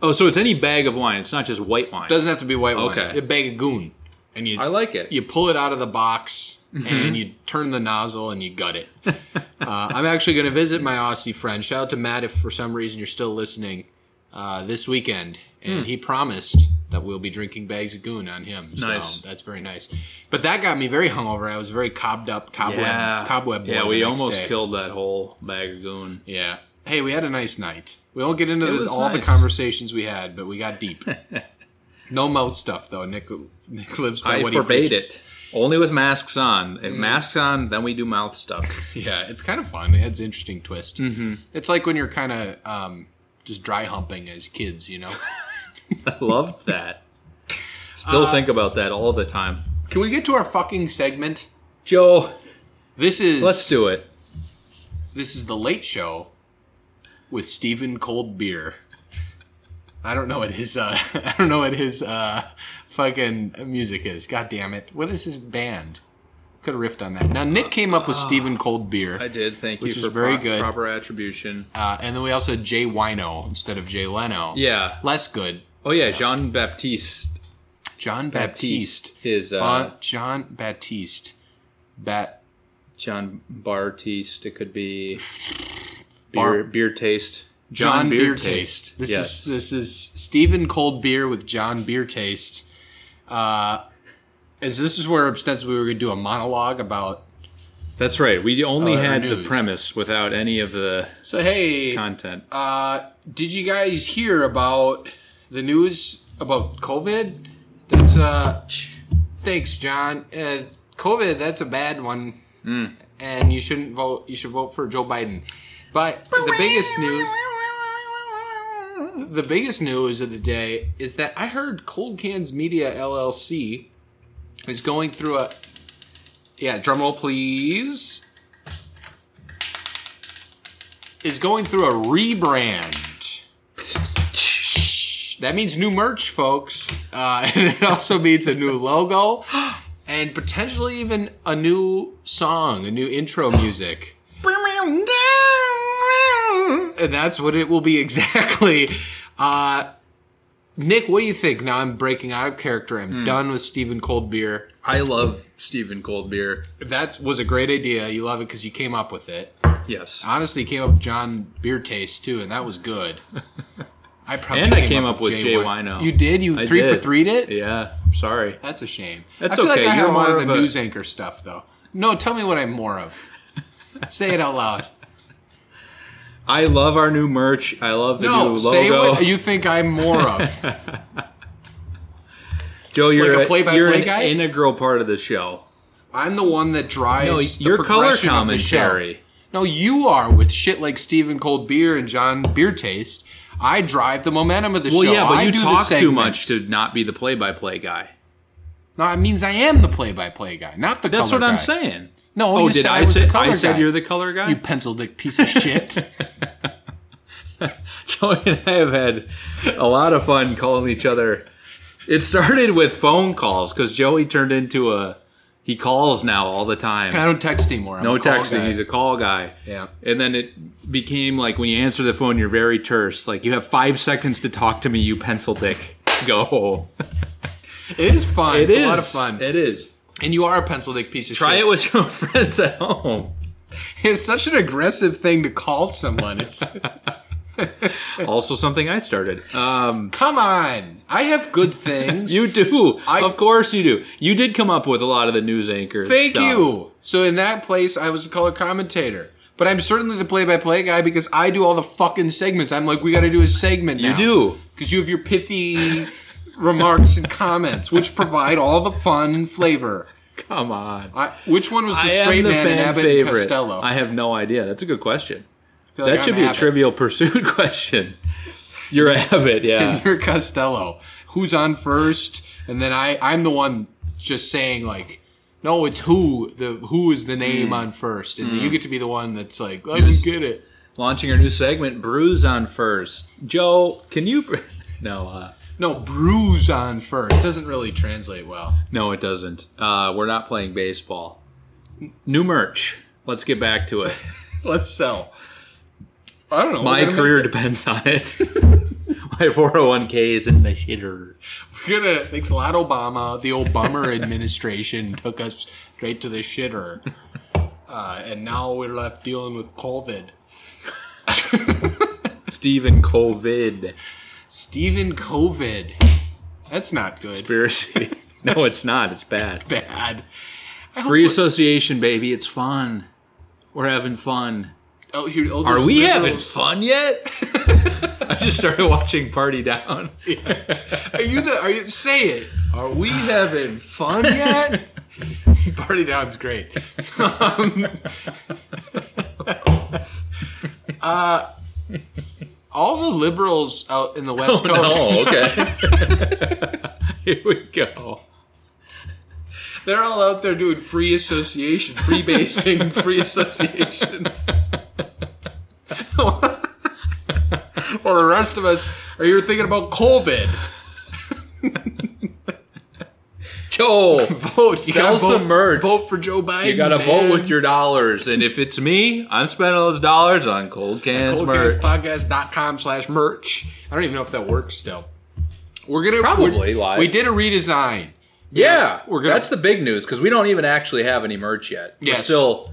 [SPEAKER 2] Oh, so it's any bag of wine. It's not just white wine.
[SPEAKER 1] Doesn't have to be white wine.
[SPEAKER 2] Okay.
[SPEAKER 1] A bag of goon, and you
[SPEAKER 2] I like Mm-hmm. it.
[SPEAKER 1] you pull it out of the box and you turn the nozzle and you gut it. uh, I'm actually going to visit my Aussie friend. Shout out to Matt if for some reason you're still listening uh, this weekend,
[SPEAKER 2] Hmm.
[SPEAKER 1] and he promised that we'll be drinking bags of goon on him. So
[SPEAKER 2] Nice.
[SPEAKER 1] that's very nice. But that got me very hungover. I was very cobbed up, cobweb,
[SPEAKER 2] yeah.
[SPEAKER 1] cobweb. boy
[SPEAKER 2] Yeah,
[SPEAKER 1] the
[SPEAKER 2] we
[SPEAKER 1] next
[SPEAKER 2] almost
[SPEAKER 1] day.
[SPEAKER 2] killed that whole bag of goon.
[SPEAKER 1] Yeah. Hey, we had a nice night. We won't get into
[SPEAKER 2] It
[SPEAKER 1] the,
[SPEAKER 2] was
[SPEAKER 1] all the
[SPEAKER 2] nice.
[SPEAKER 1] conversations we had, but we got deep. no mouth stuff, though. Nick, Nick lives by
[SPEAKER 2] I
[SPEAKER 1] what he
[SPEAKER 2] forbade
[SPEAKER 1] preaches.
[SPEAKER 2] it. Only with masks on. If masks on, then we do mouth stuff.
[SPEAKER 1] Yeah, it's kind of fun. It has an interesting twist. Mm-hmm. It's like when you're kind of um, just dry humping as kids, you know?
[SPEAKER 2] I loved that. Still think about that all the time.
[SPEAKER 1] Can we get to our fucking segment?
[SPEAKER 2] Joe,
[SPEAKER 1] This is
[SPEAKER 2] let's do it.
[SPEAKER 1] this is the late show with Stephen Cold Beer. I don't know what his uh, I don't know what his uh, fucking music is. God damn it! What is his band? Could have riffed on that. Now Nick came up with Stephen Cold
[SPEAKER 2] I
[SPEAKER 1] Beer,
[SPEAKER 2] did. Thank
[SPEAKER 1] Which
[SPEAKER 2] you
[SPEAKER 1] is
[SPEAKER 2] for
[SPEAKER 1] very
[SPEAKER 2] pro-
[SPEAKER 1] good.
[SPEAKER 2] proper attribution.
[SPEAKER 1] uh, and then we also had Jay Wino instead of Jay Leno.
[SPEAKER 2] Yeah.
[SPEAKER 1] less good.
[SPEAKER 2] Oh yeah, Jean Baptiste
[SPEAKER 1] John Baptiste.
[SPEAKER 2] is uh,
[SPEAKER 1] Uh, John Baptiste. Bat.
[SPEAKER 2] John Bartiste. It could be
[SPEAKER 1] Bar-
[SPEAKER 2] beer, beer taste.
[SPEAKER 1] John, Beer, Taste. This is this is Stephen Cold Beer with John Beer Taste. Uh, as this is where ostensibly we were going to do a monologue about.
[SPEAKER 2] that's right. We only
[SPEAKER 1] Oh, Our
[SPEAKER 2] had the
[SPEAKER 1] news.
[SPEAKER 2] premise without any of the
[SPEAKER 1] So hey,
[SPEAKER 2] content.
[SPEAKER 1] uh, did you guys hear about the news about COVID? That's uh, thanks, John. Uh, COVID, that's a bad one, and you shouldn't vote. You should vote for Joe Biden. But the biggest news. the biggest news of the day is that I heard Cold Cans Media LLC is going through a yeah drumroll please is going through a rebrand. That means new merch, folks, uh, and it also means a new logo and potentially even a new song, a new intro music. And that's what it will be exactly. Uh, Nick, what do you think? Now I'm breaking out of character. I'm done with Stephen Cold Beer.
[SPEAKER 2] I love Stephen Cold Beer.
[SPEAKER 1] That was a great idea. You love it because you came up with it.
[SPEAKER 2] Yes.
[SPEAKER 1] Honestly, came up with John Beer Taste too, and that was good. I probably
[SPEAKER 2] And I came up with Jay
[SPEAKER 1] Wi-
[SPEAKER 2] Wino.
[SPEAKER 1] You did. You
[SPEAKER 2] I
[SPEAKER 1] three for
[SPEAKER 2] did.
[SPEAKER 1] three'd it.
[SPEAKER 2] Yeah. Sorry.
[SPEAKER 1] That's a shame.
[SPEAKER 2] That's
[SPEAKER 1] I feel
[SPEAKER 2] okay,
[SPEAKER 1] Like I
[SPEAKER 2] you're
[SPEAKER 1] have
[SPEAKER 2] more
[SPEAKER 1] more of
[SPEAKER 2] of
[SPEAKER 1] the
[SPEAKER 2] a-
[SPEAKER 1] news anchor stuff, though. No, tell me what I'm more of. Say it out loud.
[SPEAKER 2] I love our new merch. I love the new
[SPEAKER 1] No,
[SPEAKER 2] logo.
[SPEAKER 1] say what you think I'm more of.
[SPEAKER 2] Joe, you're
[SPEAKER 1] a
[SPEAKER 2] a-
[SPEAKER 1] play-by-play
[SPEAKER 2] you're an
[SPEAKER 1] guy?
[SPEAKER 2] integral part of the show.
[SPEAKER 1] I'm the one that drives. the
[SPEAKER 2] No, your color
[SPEAKER 1] progression of the show.
[SPEAKER 2] commentary.
[SPEAKER 1] No, you are with shit like Stephen Cold Beer and John Beer Taste. I drive the momentum of the
[SPEAKER 2] Well,
[SPEAKER 1] show.
[SPEAKER 2] yeah, but
[SPEAKER 1] I
[SPEAKER 2] you
[SPEAKER 1] do the
[SPEAKER 2] talk too much
[SPEAKER 1] segments.
[SPEAKER 2] to not be the play-by-play guy.
[SPEAKER 1] No, it means I am the play-by-play guy, not the.
[SPEAKER 2] That's
[SPEAKER 1] color
[SPEAKER 2] what I'm
[SPEAKER 1] guy.
[SPEAKER 2] saying.
[SPEAKER 1] No,
[SPEAKER 2] Oh,
[SPEAKER 1] you
[SPEAKER 2] did
[SPEAKER 1] said
[SPEAKER 2] I,
[SPEAKER 1] I was
[SPEAKER 2] say
[SPEAKER 1] the color
[SPEAKER 2] I said
[SPEAKER 1] guy.
[SPEAKER 2] you're the color guy?
[SPEAKER 1] You pencil dick piece of shit.
[SPEAKER 2] Joey and I have had a lot of fun calling each other. It started with phone calls because Joey turned into a he calls now all the
[SPEAKER 1] I
[SPEAKER 2] time.
[SPEAKER 1] don't text anymore. I'm
[SPEAKER 2] No
[SPEAKER 1] a call
[SPEAKER 2] texting.
[SPEAKER 1] guy.
[SPEAKER 2] He's a call guy.
[SPEAKER 1] Yeah.
[SPEAKER 2] And then it became like when you answer the phone, you're very terse. Like you have five seconds to talk to me, you pencil dick. Go.
[SPEAKER 1] It is fun.
[SPEAKER 2] It
[SPEAKER 1] it's
[SPEAKER 2] is.
[SPEAKER 1] a lot of fun.
[SPEAKER 2] It is.
[SPEAKER 1] and you are a pencil dick piece of
[SPEAKER 2] Try
[SPEAKER 1] shit.
[SPEAKER 2] it with your friends at home.
[SPEAKER 1] It's such an aggressive thing to call someone. It's
[SPEAKER 2] Also, something I started.
[SPEAKER 1] Uh,
[SPEAKER 2] Um,
[SPEAKER 1] come on. I have good things.
[SPEAKER 2] you do.
[SPEAKER 1] I-
[SPEAKER 2] of course you do. You did come up with a lot of the news anchors.
[SPEAKER 1] Thank you. So in that place, I was a color commentator. But I'm certainly the play-by-play guy because I do all the fucking segments. I'm like, we got to do a segment now.
[SPEAKER 2] You do.
[SPEAKER 1] because you have your pithy remarks and comments, which provide all the fun and flavor.
[SPEAKER 2] Come on.
[SPEAKER 1] I, which one was the
[SPEAKER 2] I
[SPEAKER 1] straight
[SPEAKER 2] am the
[SPEAKER 1] man in
[SPEAKER 2] fan
[SPEAKER 1] Abbott
[SPEAKER 2] favorite.
[SPEAKER 1] and Costello?
[SPEAKER 2] I have no idea. That's a good question.
[SPEAKER 1] feel like
[SPEAKER 2] that should
[SPEAKER 1] I'm
[SPEAKER 2] be
[SPEAKER 1] Abbott.
[SPEAKER 2] a Trivial Pursuit question. You're Abbott, yeah.
[SPEAKER 1] You're Costello. Who's on first? And then I, I'm the one just saying like, no, it's who. The who is the name
[SPEAKER 2] Hmm.
[SPEAKER 1] on first, and you get to be the one that's like, I didn't get it.
[SPEAKER 2] Launching our new segment, Brews on first. Joe, can you? br- No, uh,
[SPEAKER 1] No, bruise on first doesn't really translate well.
[SPEAKER 2] no, it doesn't. Uh, we're not playing baseball. New merch. Let's get back to it.
[SPEAKER 1] Let's sell. I don't know.
[SPEAKER 2] My
[SPEAKER 1] We're gonna
[SPEAKER 2] career depends on it. My 401k is in the shitter.
[SPEAKER 1] make- We're gonna thanks a lot, Obama. The Obama administration took us straight to the shitter, uh, and now we're left dealing with COVID.
[SPEAKER 2] Stephen COVID.
[SPEAKER 1] Stephen COVID. That's not good.
[SPEAKER 2] Conspiracy. No, it's not. It's bad.
[SPEAKER 1] bad. I hope
[SPEAKER 2] Free
[SPEAKER 1] we're-
[SPEAKER 2] association, baby. It's fun. We're having fun.
[SPEAKER 1] oh, here, oh,
[SPEAKER 2] Are
[SPEAKER 1] those
[SPEAKER 2] we
[SPEAKER 1] liberals.
[SPEAKER 2] having fun yet? I just started watching Party Down.
[SPEAKER 1] Are you the? Are you say it? Are we having fun yet? Party down's great. Um, uh, all the liberals out
[SPEAKER 2] Oh,
[SPEAKER 1] in the West Coast,
[SPEAKER 2] okay. Here we go.
[SPEAKER 1] they're all out there doing free association, free basing, free association. While the rest of us are here thinking about COVID.
[SPEAKER 2] Joe,
[SPEAKER 1] Vote. You
[SPEAKER 2] Sell
[SPEAKER 1] gotta
[SPEAKER 2] some
[SPEAKER 1] vote,
[SPEAKER 2] merch.
[SPEAKER 1] Vote for Joe Biden.
[SPEAKER 2] you got to
[SPEAKER 1] man.
[SPEAKER 2] vote with your dollars. And if it's me, I'm spending those dollars on cold cans merch.
[SPEAKER 1] podcast.com slash merch. I don't even know if that works still. We're gonna
[SPEAKER 2] Probably
[SPEAKER 1] we
[SPEAKER 2] live.
[SPEAKER 1] We did a redesign.
[SPEAKER 2] yeah,
[SPEAKER 1] We're gonna-
[SPEAKER 2] that's the big news because we don't even actually have any merch yet. We're
[SPEAKER 1] Yes.
[SPEAKER 2] still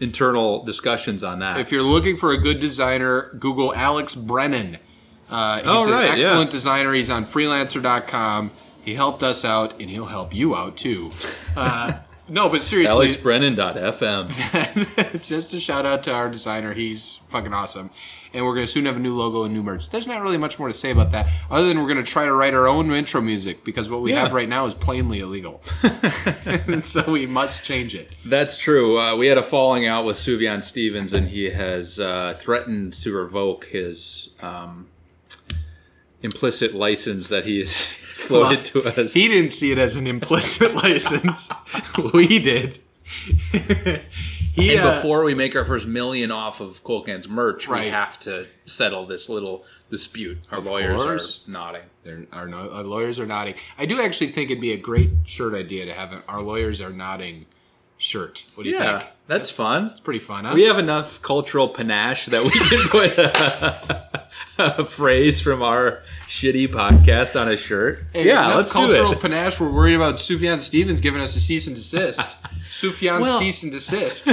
[SPEAKER 2] internal discussions on that.
[SPEAKER 1] If you're looking for a good designer, Google Alex Brennan. Uh, he's
[SPEAKER 2] Oh, right,
[SPEAKER 1] an
[SPEAKER 2] yeah.
[SPEAKER 1] excellent designer. He's on freelancer.com. He helped us out, and he'll help you out too. Uh, no, but seriously,
[SPEAKER 2] AlexBrennan.fm.
[SPEAKER 1] it's just a shout out to our designer. He's fucking awesome. And we're going to soon have a new logo and new merch. There's not really much more to say about that, other than we're going to try to write our own intro music because what we
[SPEAKER 2] Yeah.
[SPEAKER 1] have right now is plainly illegal. And so we must change it.
[SPEAKER 2] That's true. Uh, we had a falling out with Suvion Stevens, and he has uh, threatened to revoke his um, implicit license that he has floated to us.
[SPEAKER 1] He didn't see it as an implicit license. we did. he
[SPEAKER 2] and
[SPEAKER 1] uh,
[SPEAKER 2] before we make our first million off of Colcan's merch, we
[SPEAKER 1] Right.
[SPEAKER 2] have to settle this little dispute. Our lawyers
[SPEAKER 1] course.
[SPEAKER 2] are nodding.
[SPEAKER 1] They're, our, no, our lawyers are nodding. I do actually think it'd be a great shirt idea to have an "Our lawyers are nodding" shirt. What do you
[SPEAKER 2] Yeah,
[SPEAKER 1] think?
[SPEAKER 2] that's fun.
[SPEAKER 1] It's pretty fun, huh?
[SPEAKER 2] We have enough cultural panache that we can put a, a phrase from our shitty podcast on a shirt.
[SPEAKER 1] Hey,
[SPEAKER 2] yeah,
[SPEAKER 1] enough
[SPEAKER 2] let's
[SPEAKER 1] cultural
[SPEAKER 2] do it.
[SPEAKER 1] panache. We're worried about Sufjan Stevens giving us a cease and desist. Sufjan
[SPEAKER 2] Well-
[SPEAKER 1] cease and desist.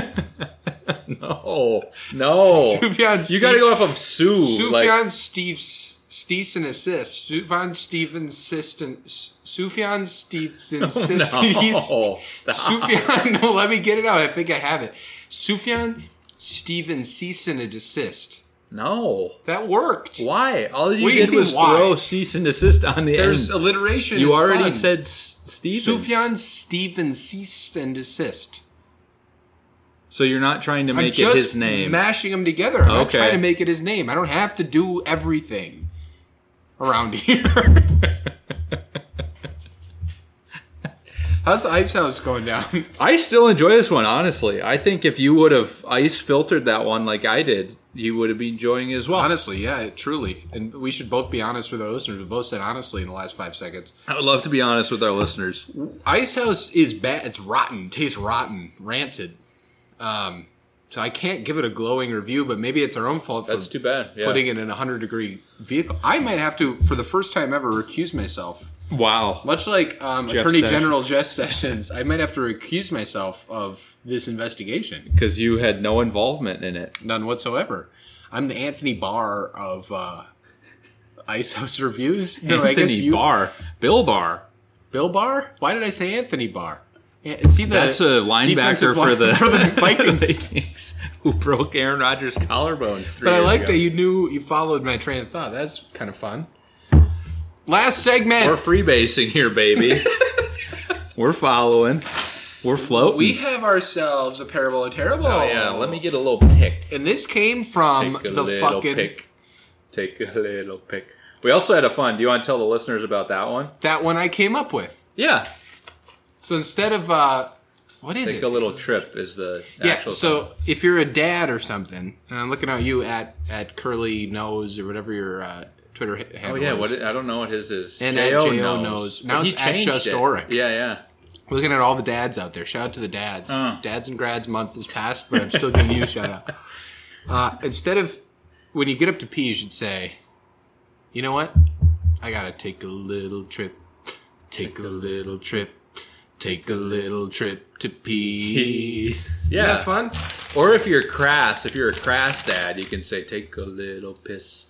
[SPEAKER 2] No, Oh, no.
[SPEAKER 1] Sufjan.
[SPEAKER 2] You got to go off of Sue.
[SPEAKER 1] Sufjan
[SPEAKER 2] like,
[SPEAKER 1] Steve's Stees and assist. Sufjan Stevens assistant. Sufjan Stevens assist.
[SPEAKER 2] no.
[SPEAKER 1] Sufjan. No, let me get it out. I think I have it. Sufjan Stevens cease and desist.
[SPEAKER 2] no.
[SPEAKER 1] That worked.
[SPEAKER 2] Why? All you
[SPEAKER 1] What do you
[SPEAKER 2] did was
[SPEAKER 1] mean, why?
[SPEAKER 2] throw cease and desist on the
[SPEAKER 1] There's
[SPEAKER 2] end.
[SPEAKER 1] alliteration.
[SPEAKER 2] You
[SPEAKER 1] and
[SPEAKER 2] already
[SPEAKER 1] fun.
[SPEAKER 2] said S- Stevens.
[SPEAKER 1] Sufjan Stevens cease and desist.
[SPEAKER 2] So you're not trying to
[SPEAKER 1] I'm
[SPEAKER 2] make it
[SPEAKER 1] just
[SPEAKER 2] his name.
[SPEAKER 1] mashing them together. I'm not
[SPEAKER 2] Okay.
[SPEAKER 1] trying to make it his name. I don't have to do everything around here. How's the ice house going down?
[SPEAKER 2] I still enjoy this one, honestly. I think if you would have ice filtered that one like I did, you would have been enjoying it as well.
[SPEAKER 1] Honestly, yeah, it- truly. And we should both be honest with our listeners. We both said honestly in the last five seconds.
[SPEAKER 2] I would love to be honest with our listeners.
[SPEAKER 1] Ice house is bad. It's rotten. Tastes rotten. Rancid. Um, so I can't give it a glowing review, but maybe it's our own fault for
[SPEAKER 2] bad. Yeah.
[SPEAKER 1] putting it in a 100 degree vehicle. I might have to, for the first time ever, recuse myself
[SPEAKER 2] wow.
[SPEAKER 1] Much like um, Attorney
[SPEAKER 2] Sessions.
[SPEAKER 1] General Jeff Sessions, I might have to recuse myself of this investigation.
[SPEAKER 2] Because you had no involvement in it.
[SPEAKER 1] None whatsoever. I'm the Anthony Barr of uh, Ice House Reviews. No, I guess
[SPEAKER 2] Anthony
[SPEAKER 1] you,
[SPEAKER 2] Barr. Bill Barr.
[SPEAKER 1] Bill Barr? Why did I say Anthony Barr? An- Is he the
[SPEAKER 2] That's a linebacker
[SPEAKER 1] defensive
[SPEAKER 2] for
[SPEAKER 1] line-
[SPEAKER 2] the,
[SPEAKER 1] for the Vikings?
[SPEAKER 2] Vikings who broke Aaron Rodgers' collarbone. Three
[SPEAKER 1] But I
[SPEAKER 2] years
[SPEAKER 1] like
[SPEAKER 2] ago.
[SPEAKER 1] that you knew you followed my train of thought. That's kind of fun. Last segment.
[SPEAKER 2] We're freebasing here, baby. We're following. We're floating.
[SPEAKER 1] we have ourselves a parable of terrible.
[SPEAKER 2] oh, yeah, let me get a little pick.
[SPEAKER 1] And this came from
[SPEAKER 2] Take a
[SPEAKER 1] the
[SPEAKER 2] little
[SPEAKER 1] fucking
[SPEAKER 2] pick. Take a little pick. We also had a fun. Do you want to tell the listeners about that one?
[SPEAKER 1] that one I came up with.
[SPEAKER 2] Yeah.
[SPEAKER 1] So instead of uh, what is
[SPEAKER 2] Take a
[SPEAKER 1] it?
[SPEAKER 2] little trip is the
[SPEAKER 1] Yeah.
[SPEAKER 2] actual.
[SPEAKER 1] So if you're a dad or something, and I'm looking at you at at curly nose or whatever your uh, Twitter ha-
[SPEAKER 2] Oh
[SPEAKER 1] handle
[SPEAKER 2] yeah, what
[SPEAKER 1] is.
[SPEAKER 2] I don't know what his is.
[SPEAKER 1] And at JO knows. Now
[SPEAKER 2] But
[SPEAKER 1] it's
[SPEAKER 2] he
[SPEAKER 1] at
[SPEAKER 2] changed
[SPEAKER 1] Just
[SPEAKER 2] it.
[SPEAKER 1] Oric.
[SPEAKER 2] Yeah, yeah.
[SPEAKER 1] looking at all the dads out there. Shout out to the dads.
[SPEAKER 2] Uh.
[SPEAKER 1] Dads and grads month is past, but I'm still giving you a shout out. Uh, instead of when you get up to pee, you should say, "You know what? I gotta take a little trip. Take a little trip. Take a little trip to pee." Isn't
[SPEAKER 2] Yeah.
[SPEAKER 1] that fun?
[SPEAKER 2] Or if you're crass, if you're a crass dad, you can say, "Take a little piss,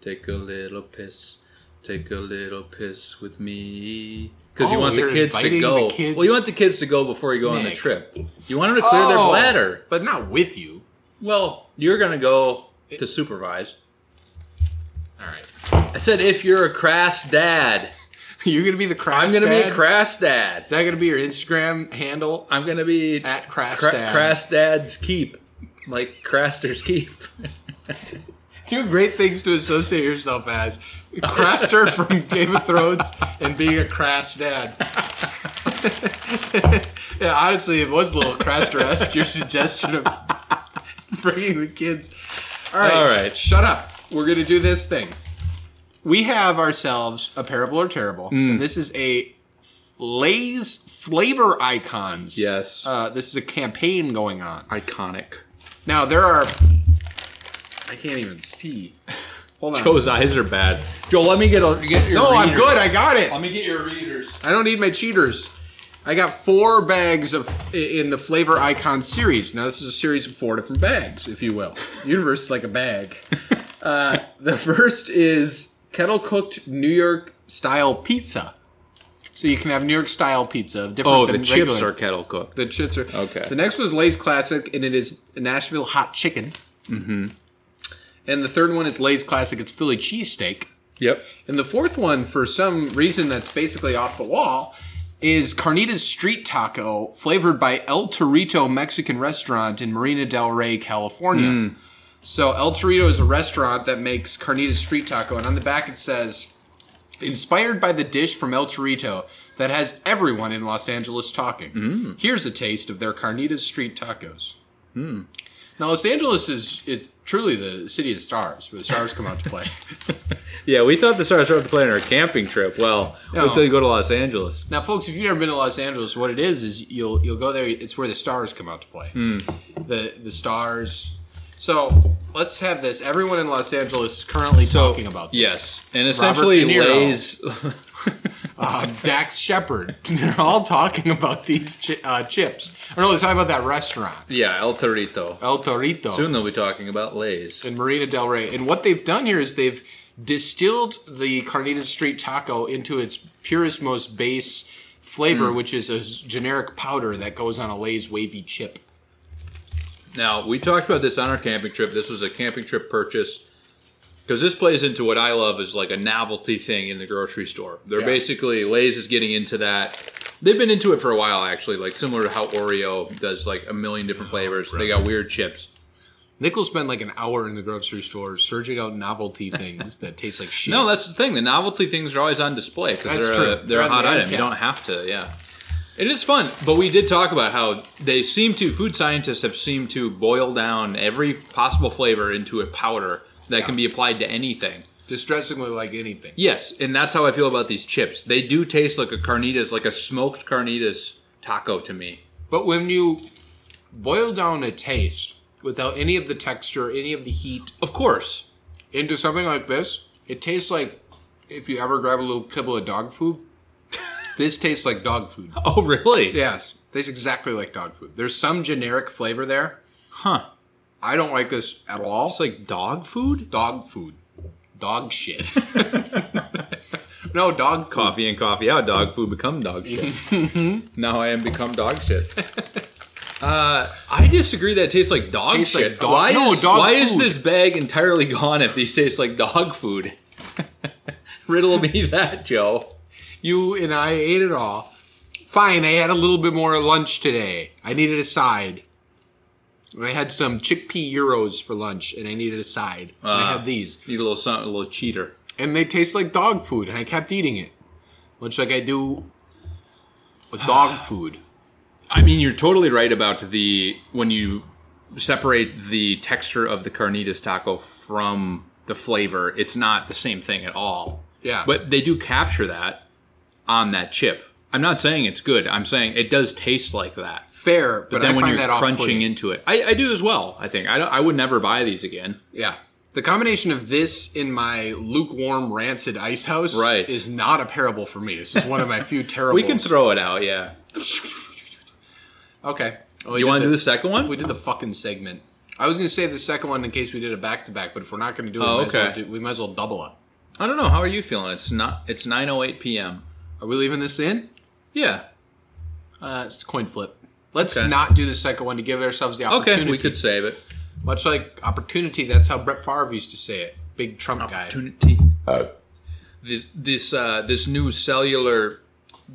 [SPEAKER 2] take a little piss, take a little piss with me," because you
[SPEAKER 1] Oh,
[SPEAKER 2] want the
[SPEAKER 1] you're
[SPEAKER 2] kids to
[SPEAKER 1] inviting
[SPEAKER 2] go.
[SPEAKER 1] the kid-
[SPEAKER 2] Well, you want the kids to go before you go on the
[SPEAKER 1] Nick.
[SPEAKER 2] trip. You want them to clear their
[SPEAKER 1] Oh,
[SPEAKER 2] bladder.
[SPEAKER 1] but not with you.
[SPEAKER 2] Well, you're gonna go to supervise.
[SPEAKER 1] All right,
[SPEAKER 2] I said, if you're a crass dad,
[SPEAKER 1] you're gonna be the crass.
[SPEAKER 2] I'm gonna be
[SPEAKER 1] dad?
[SPEAKER 2] a crass dad.
[SPEAKER 1] Is that gonna be your Instagram handle
[SPEAKER 2] I'm gonna be
[SPEAKER 1] at crass
[SPEAKER 2] cra-
[SPEAKER 1] dad?
[SPEAKER 2] crass dad's keep, like Craster's keep.
[SPEAKER 1] Two great things to associate yourself as: Craster from Game of Thrones and being a crass dad. yeah, honestly, it was a little Craster-esque. Your suggestion of bringing the kids. All right,
[SPEAKER 2] All right.
[SPEAKER 1] shut up. We're gonna do this thing. We have ourselves a parable or terrible,
[SPEAKER 2] Hmm.
[SPEAKER 1] and this is a Lay's flavor icons.
[SPEAKER 2] Yes.
[SPEAKER 1] uh, this is a campaign going on.
[SPEAKER 2] Iconic.
[SPEAKER 1] Now there are. I can't even see. Hold on.
[SPEAKER 2] Joe's eyes are bad. Joe, let me get a get your.
[SPEAKER 1] no, I'm
[SPEAKER 2] readers.
[SPEAKER 1] good. I got it.
[SPEAKER 2] Let me get your readers.
[SPEAKER 1] I don't need my cheaters. I got four bags of i- in the flavor icon series. Now this is a series of four different bags, if you will. Universe is like a bag. Uh, the first is kettle cooked New York style pizza. So you can have New York style pizza of different.
[SPEAKER 2] Oh, the
[SPEAKER 1] than
[SPEAKER 2] chips
[SPEAKER 1] regular.
[SPEAKER 2] are kettle cooked.
[SPEAKER 1] The chips are
[SPEAKER 2] Okay.
[SPEAKER 1] The next was Lay's classic, and it is Nashville hot chicken. Mm-hmm. And the third one is Lay's classic. It's Philly cheesesteak.
[SPEAKER 2] Yep.
[SPEAKER 1] And the fourth one, for some reason that's basically off the wall, is Carnitas Street Taco, flavored by El Torito Mexican Restaurant in Marina Del Rey, California. So El Torito is a restaurant that makes Carnitas Street Taco, and on the back it says Inspired by the dish from El Torito that has everyone in Los Angeles talking. Here's a taste of their Carnitas street tacos. Now, Los Angeles is it, truly the city of stars, where the stars come out to play.
[SPEAKER 2] Yeah, we thought the stars were up to play on our camping trip. Well,
[SPEAKER 1] No.
[SPEAKER 2] until you go to Los Angeles.
[SPEAKER 1] Now, folks, if you've never been to Los Angeles, what it is is you'll you'll go there. It's where the stars come out to play.
[SPEAKER 2] Hmm.
[SPEAKER 1] The the stars. So let's have this. Everyone in Los Angeles is currently talking about this.
[SPEAKER 2] Yes, and essentially
[SPEAKER 1] De Niro.
[SPEAKER 2] Lay's
[SPEAKER 1] uh, Dax Shepard. They're all talking about these chi- uh, chips. Or no, they're talking about that restaurant,
[SPEAKER 2] yeah El Torito.
[SPEAKER 1] El Torito,
[SPEAKER 2] Soon they'll be talking about Lay's.
[SPEAKER 1] in Marina Del Rey. And what they've done here is they've distilled the Carnitas Street Taco into its purest, most base flavor,
[SPEAKER 2] Hmm.
[SPEAKER 1] which is a s- generic powder that goes on a Lay's wavy chip.
[SPEAKER 2] Now we talked about this on our camping trip. This was a camping trip purchase because this plays into what I love is like a novelty thing in the grocery store. They're
[SPEAKER 1] Yeah.
[SPEAKER 2] basically Lay's is getting into that. They've been into it for a while actually, like similar to how Oreo does like a million
[SPEAKER 1] Oh,
[SPEAKER 2] different flavors. They got weird chips.
[SPEAKER 1] Nickel spent like an hour in the grocery store searching out novelty things that taste like shit.
[SPEAKER 2] No, that's the thing. The novelty things are always on display because
[SPEAKER 1] That's
[SPEAKER 2] they're,
[SPEAKER 1] true.
[SPEAKER 2] A, they're
[SPEAKER 1] They're
[SPEAKER 2] a
[SPEAKER 1] on
[SPEAKER 2] hot
[SPEAKER 1] the end
[SPEAKER 2] item. You
[SPEAKER 1] cap.
[SPEAKER 2] don't have to, yeah. It is fun, but we did talk about how they seem to, food scientists have seemed to boil down every possible flavor into a powder that can be applied to anything.
[SPEAKER 1] distressingly like anything.
[SPEAKER 2] Yes, and that's how I feel about these chips. They do taste like a carnitas, like a smoked carnitas taco to me.
[SPEAKER 1] But when you boil down a taste without any of the texture, any of the heat,
[SPEAKER 2] Of course.
[SPEAKER 1] into something like this, it tastes like if you ever grab a little kibble of dog food. this tastes like dog food.
[SPEAKER 2] Oh, really?
[SPEAKER 1] Yes, tastes exactly like dog food. There's some generic flavor there.
[SPEAKER 2] Huh.
[SPEAKER 1] I don't like this at all.
[SPEAKER 2] It's like dog food?
[SPEAKER 1] dog food, dog shit. no dog food.
[SPEAKER 2] Coffee and coffee out, dog food become dog shit. now I am become dog shit. Uh, I disagree that it tastes like dog
[SPEAKER 1] Tastes like
[SPEAKER 2] shit.
[SPEAKER 1] dog-
[SPEAKER 2] why
[SPEAKER 1] no,
[SPEAKER 2] is,
[SPEAKER 1] dog
[SPEAKER 2] why is
[SPEAKER 1] food.
[SPEAKER 2] this bag entirely gone if these taste like dog food? Riddle me that, Joe.
[SPEAKER 1] You and I ate it all. Fine, I had a little bit more lunch today. I needed a side. I had some chickpea euros for lunch, and I needed a side. And I
[SPEAKER 2] Ah.
[SPEAKER 1] had these.
[SPEAKER 2] Need a little something, a little cheater.
[SPEAKER 1] and they taste like dog food, and I kept eating it, much like I do with dog food.
[SPEAKER 2] I mean, you're totally right about the when you separate the texture of the carnitas taco from the flavor, it's not the same thing at all.
[SPEAKER 1] Yeah.
[SPEAKER 2] But they do capture that on that chip. I'm not saying it's good. I'm saying it does taste like that.
[SPEAKER 1] Fair, but,
[SPEAKER 2] then
[SPEAKER 1] I
[SPEAKER 2] when
[SPEAKER 1] find
[SPEAKER 2] you're
[SPEAKER 1] that
[SPEAKER 2] crunching
[SPEAKER 1] off-putting.
[SPEAKER 2] into it, I, I do as well. I think I, don't, I would never buy these again.
[SPEAKER 1] Yeah, the combination of this in my lukewarm, rancid ice house
[SPEAKER 2] Right.
[SPEAKER 1] is not a parable for me. This is one of my few terribles.
[SPEAKER 2] We can throw it out. Yeah.
[SPEAKER 1] Okay. Oh,
[SPEAKER 2] You want to do the second one?
[SPEAKER 1] We did the fucking segment. I was going to save the second one in case we did a back to back, but if we're not going to do it,
[SPEAKER 2] Oh,
[SPEAKER 1] we, might as well
[SPEAKER 2] okay.
[SPEAKER 1] do- we might as well double up.
[SPEAKER 2] I don't know. How are you feeling? It's not. It's 9:08 p.m.
[SPEAKER 1] Are we leaving this in?
[SPEAKER 2] Yeah.
[SPEAKER 1] Uh, it's a coin flip. Let's
[SPEAKER 2] Okay.
[SPEAKER 1] not do the second one to give ourselves the opportunity.
[SPEAKER 2] Okay. We could save it.
[SPEAKER 1] Much like opportunity, that's how Brett Favre used to say it. Big Trump guy.
[SPEAKER 2] opportunity. This this, uh, this new cellular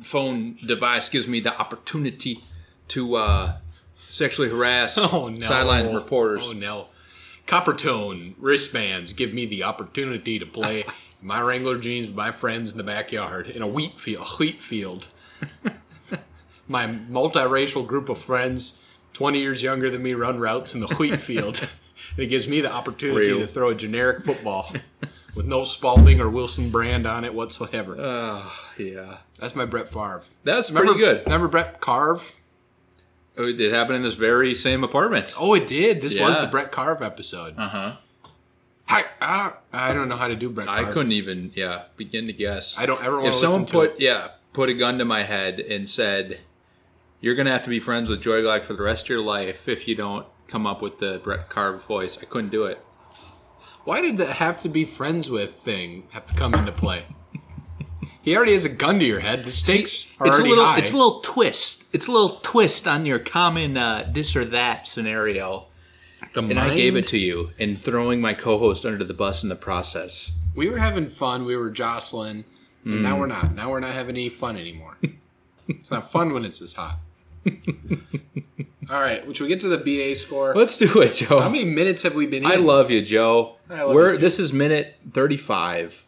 [SPEAKER 2] phone device gives me the opportunity to uh, sexually harass
[SPEAKER 1] Oh no.
[SPEAKER 2] sideline reporters.
[SPEAKER 1] Oh no. Coppertone wristbands give me the opportunity to play in my Wrangler jeans with my friends in the backyard in a wheat field. Wheat field. my multiracial group of friends, 20 years younger than me, run routes in the wheat field. And it gives me the opportunity
[SPEAKER 2] Real.
[SPEAKER 1] to throw a generic football with no Spalding or Wilson brand on it whatsoever.
[SPEAKER 2] Yeah,
[SPEAKER 1] That's my Brett Favre.
[SPEAKER 2] that's
[SPEAKER 1] Remember,
[SPEAKER 2] Uh, pretty good.
[SPEAKER 1] Remember Brett Carve?
[SPEAKER 2] Oh, It happened in this very same apartment.
[SPEAKER 1] Oh, it did. This was
[SPEAKER 2] Yeah.
[SPEAKER 1] the Brett Carve episode.
[SPEAKER 2] Uh huh.
[SPEAKER 1] Hi, ah, I don't know how to do Brett
[SPEAKER 2] I
[SPEAKER 1] Carve.
[SPEAKER 2] couldn't even yeah begin to guess.
[SPEAKER 1] I don't ever want
[SPEAKER 2] If
[SPEAKER 1] to
[SPEAKER 2] someone
[SPEAKER 1] listen
[SPEAKER 2] put
[SPEAKER 1] to it.
[SPEAKER 2] yeah put a gun to my head and said, "You're gonna have to be friends with Joy Glock for the rest of your life if you don't come up with the Brett Carve voice," I couldn't do it.
[SPEAKER 1] Why did the have to be friends with thing have to come into play? he already has a gun to your head. The stakes are
[SPEAKER 2] it's a
[SPEAKER 1] already
[SPEAKER 2] little
[SPEAKER 1] high.
[SPEAKER 2] it's a little twist it's a little twist on your common uh, this or that scenario
[SPEAKER 1] The
[SPEAKER 2] and i
[SPEAKER 1] mind-
[SPEAKER 2] gave it to you and throwing my co-host under the bus in the process
[SPEAKER 1] We were having fun. We were jostling, and
[SPEAKER 2] Hmm.
[SPEAKER 1] now we're not. Now we're not having any fun anymore. it's not fun when it's this hot. All right, which we get to the BA score.
[SPEAKER 2] let's do it joe
[SPEAKER 1] How many minutes have we been? in?
[SPEAKER 2] i love you joe
[SPEAKER 1] I love
[SPEAKER 2] we're
[SPEAKER 1] you, too.
[SPEAKER 2] this is minute 35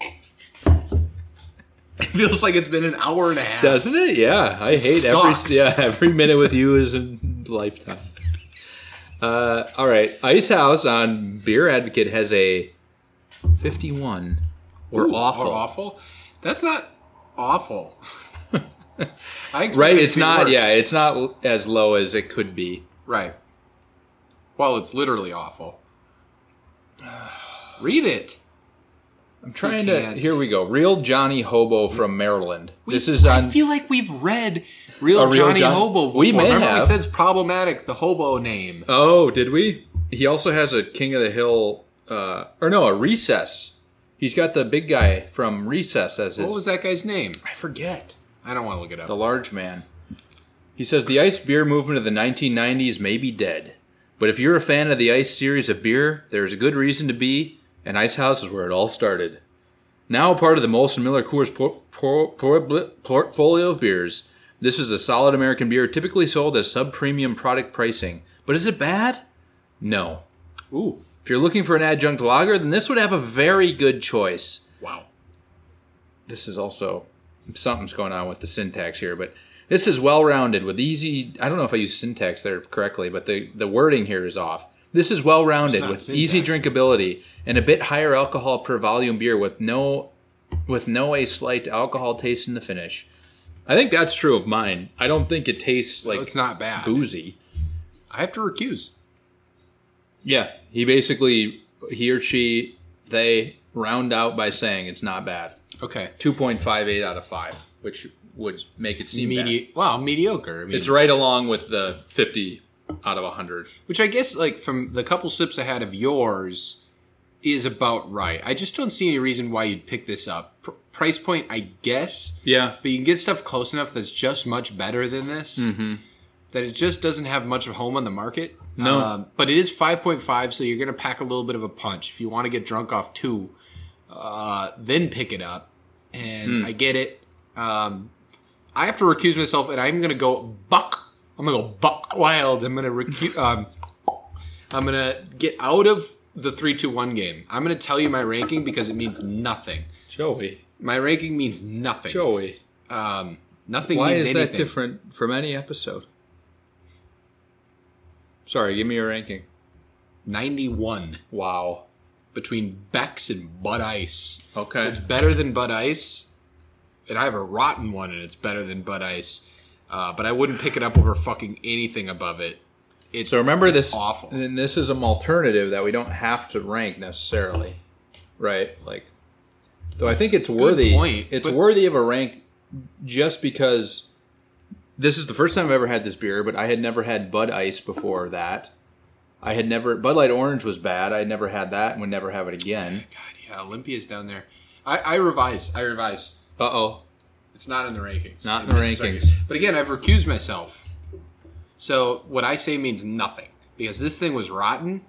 [SPEAKER 1] It feels like it's been an hour and a half.
[SPEAKER 2] Doesn't it? Yeah, I hate
[SPEAKER 1] sucks.
[SPEAKER 2] every yeah every minute with you is a lifetime. Uh, all right, Ice House on Beer Advocate has a fifty-one or
[SPEAKER 1] Ooh,
[SPEAKER 2] awful.
[SPEAKER 1] Or awful. That's not awful. I expected
[SPEAKER 2] Right?
[SPEAKER 1] it to
[SPEAKER 2] It's
[SPEAKER 1] be
[SPEAKER 2] not.
[SPEAKER 1] worse.
[SPEAKER 2] Yeah, it's not l- as low as it could be.
[SPEAKER 1] right. Well, it's literally awful. Read it.
[SPEAKER 2] I'm trying to.
[SPEAKER 1] can't.
[SPEAKER 2] Here we go. Real Johnny Hobo from Maryland. this
[SPEAKER 1] We-
[SPEAKER 2] is on.
[SPEAKER 1] I feel like we've read Real,
[SPEAKER 2] A Real
[SPEAKER 1] Johnny
[SPEAKER 2] John-
[SPEAKER 1] Hobo. Before.
[SPEAKER 2] We may
[SPEAKER 1] Remember
[SPEAKER 2] have.
[SPEAKER 1] We said it's problematic. The hobo name.
[SPEAKER 2] oh, did we? He also has a King of the Hill, uh, or no, a Recess. He's got the big guy from Recess as his.
[SPEAKER 1] What was that guy's name?
[SPEAKER 2] I forget.
[SPEAKER 1] I don't want to look it up.
[SPEAKER 2] The large man. He says the ice beer movement of the 1990s may be dead, but if you're a fan of the ice series of beer, there's a good reason to be, and Ice House is where it all started. Now part of the Molson Miller Coors por- por- por- bl- portfolio of beers, this is a solid American beer typically sold as sub premium product pricing. But is it bad? No.
[SPEAKER 1] Ooh,
[SPEAKER 2] If you're looking for an adjunct lager, then this would have a very good choice
[SPEAKER 1] wow.
[SPEAKER 2] this is also something's going on with the syntax here, but this is well rounded with easy. I don't know if I used syntax there correctly, but the, the wording here is off. This is well rounded
[SPEAKER 1] It's not
[SPEAKER 2] with easy
[SPEAKER 1] syntax.
[SPEAKER 2] drinkability and a bit higher alcohol per volume beer with no with no a slight alcohol taste in the finish. I think that's true of mine. I don't think it tastes like
[SPEAKER 1] it's not bad.
[SPEAKER 2] boozy.
[SPEAKER 1] I have to recuse.
[SPEAKER 2] Yeah, he basically he or she they round out by saying it's not bad.
[SPEAKER 1] Okay.
[SPEAKER 2] Two point five eight out of five, which would make it seem bad.
[SPEAKER 1] Medi- wow, mediocre. I mean,
[SPEAKER 2] It's right along with the 50 out of 100.
[SPEAKER 1] Which I guess, like, from the couple sips I had of yours, is about right. I just don't see any reason why you'd pick this up. Pr- price point, I guess,
[SPEAKER 2] Yeah.
[SPEAKER 1] but you can get stuff close enough that's just much better than this. That it just doesn't have much of a home on the market. Um,
[SPEAKER 2] No.
[SPEAKER 1] but it is 5.5, so you're going to pack a little bit of a punch. If you want to get drunk off two, uh, then pick it up. And I get it. Um, I have to recuse myself, and I'm gonna go buck. I'm gonna go buck wild. I'm gonna recu- um, I'm gonna get out of the three two one game. I'm gonna tell you my ranking because it means nothing.
[SPEAKER 2] Joey.
[SPEAKER 1] My ranking means nothing.
[SPEAKER 2] Joey.
[SPEAKER 1] Um, nothing
[SPEAKER 2] Why
[SPEAKER 1] means
[SPEAKER 2] is
[SPEAKER 1] anything.
[SPEAKER 2] that different from any episode? Sorry, give me your ranking.
[SPEAKER 1] Ninety one
[SPEAKER 2] Wow.
[SPEAKER 1] between Beck's and Bud Ice.
[SPEAKER 2] Okay.
[SPEAKER 1] It's better than Bud Ice, and I have a rotten one, and it's better than Bud Ice. Uh, but I wouldn't pick it up over fucking anything above it. It's
[SPEAKER 2] So remember
[SPEAKER 1] it's
[SPEAKER 2] this
[SPEAKER 1] awful.
[SPEAKER 2] and this is an alternative that we don't have to rank necessarily. Right? Like though I think it's worthy
[SPEAKER 1] point,
[SPEAKER 2] it's
[SPEAKER 1] but-
[SPEAKER 2] worthy of a rank just because this is the first time I've ever had this beer, but I had never had Bud Ice before that. I had never Bud Light Orange was bad. I had never had that and would never have it again.
[SPEAKER 1] God, yeah, Olympia's down there. I, I revise. I revise.
[SPEAKER 2] Uh oh.
[SPEAKER 1] It's not in the rankings.
[SPEAKER 2] Not in
[SPEAKER 1] It
[SPEAKER 2] the
[SPEAKER 1] misses
[SPEAKER 2] rankings.
[SPEAKER 1] rankings. But again, I've recused myself. So what I say means nothing because this thing was rotten,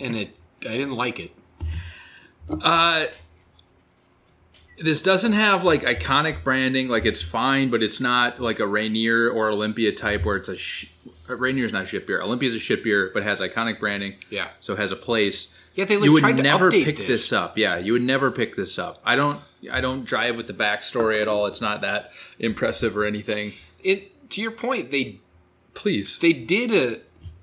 [SPEAKER 1] and it I didn't like it.
[SPEAKER 2] Uh, this doesn't have like iconic branding. Like it's fine, but it's not like a Rainier or Olympia type where it's a sh- Rainier's not ship beer. Olympia's a ship beer, but has iconic branding.
[SPEAKER 1] Yeah.
[SPEAKER 2] so it has a place.
[SPEAKER 1] Yeah, they like
[SPEAKER 2] you would
[SPEAKER 1] tried to
[SPEAKER 2] never
[SPEAKER 1] update
[SPEAKER 2] pick this.
[SPEAKER 1] this.
[SPEAKER 2] up. Yeah, you would never pick this up. I don't. I don't drive with the backstory at all. It's not that impressive or anything.
[SPEAKER 1] It to your point, they
[SPEAKER 2] Please.
[SPEAKER 1] they did a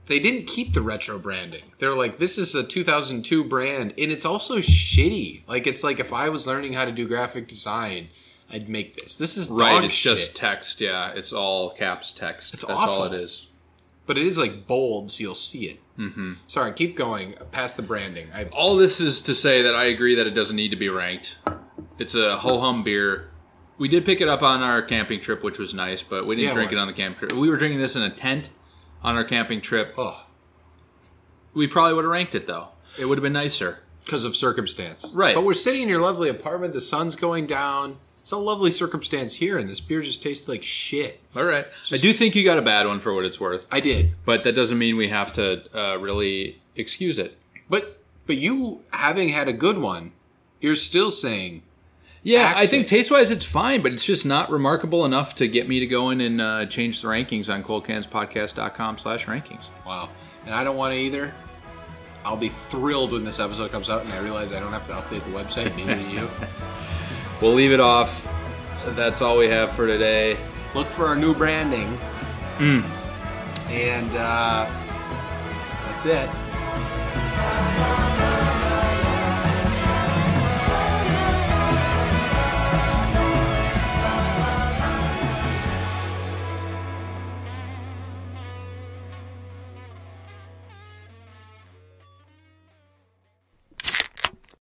[SPEAKER 1] they didn't keep the retro branding. They're like this is a 2002 brand, and it's also shitty. Like it's like if I was learning how to do graphic design, I'd make this. This is
[SPEAKER 2] Right,
[SPEAKER 1] dog
[SPEAKER 2] it's
[SPEAKER 1] shit.
[SPEAKER 2] just text. Yeah, it's all caps text.
[SPEAKER 1] It's
[SPEAKER 2] That's all it
[SPEAKER 1] awful.
[SPEAKER 2] is.
[SPEAKER 1] but it is like bold, so you'll see it. Mm-hmm. Sorry, keep going past the branding. I,
[SPEAKER 2] all this is to say that I agree that it doesn't need to be ranked. It's a ho hum beer. We did pick it up on our camping trip, which was nice, but we didn't
[SPEAKER 1] Yeah, it
[SPEAKER 2] drink it,
[SPEAKER 1] was.
[SPEAKER 2] on the camp trip. We were drinking this in a tent on our camping trip.
[SPEAKER 1] oh,
[SPEAKER 2] We probably would have ranked it though. It would have been nicer.
[SPEAKER 1] because of circumstance,
[SPEAKER 2] Right.
[SPEAKER 1] But we're sitting in your lovely apartment. The sun's going down. It's a lovely circumstance here, and this beer just tastes like shit.
[SPEAKER 2] All right. I do think you got a bad one for what it's worth,
[SPEAKER 1] I did,
[SPEAKER 2] but that doesn't mean we have to uh, really excuse it.
[SPEAKER 1] but but you having had a good one, you're still saying
[SPEAKER 2] Yeah, I
[SPEAKER 1] Accent.
[SPEAKER 2] think taste wise it's fine, but it's just not remarkable enough to get me to go in and uh, change the rankings on coldcanspodcast.com slash rankings.
[SPEAKER 1] Wow. And I don't want to either. I'll be thrilled when this episode comes out and I realize I don't have to update the website, neither do you.
[SPEAKER 2] We'll leave it off that's all we have for today.
[SPEAKER 1] Look for our new branding. And uh, that's it.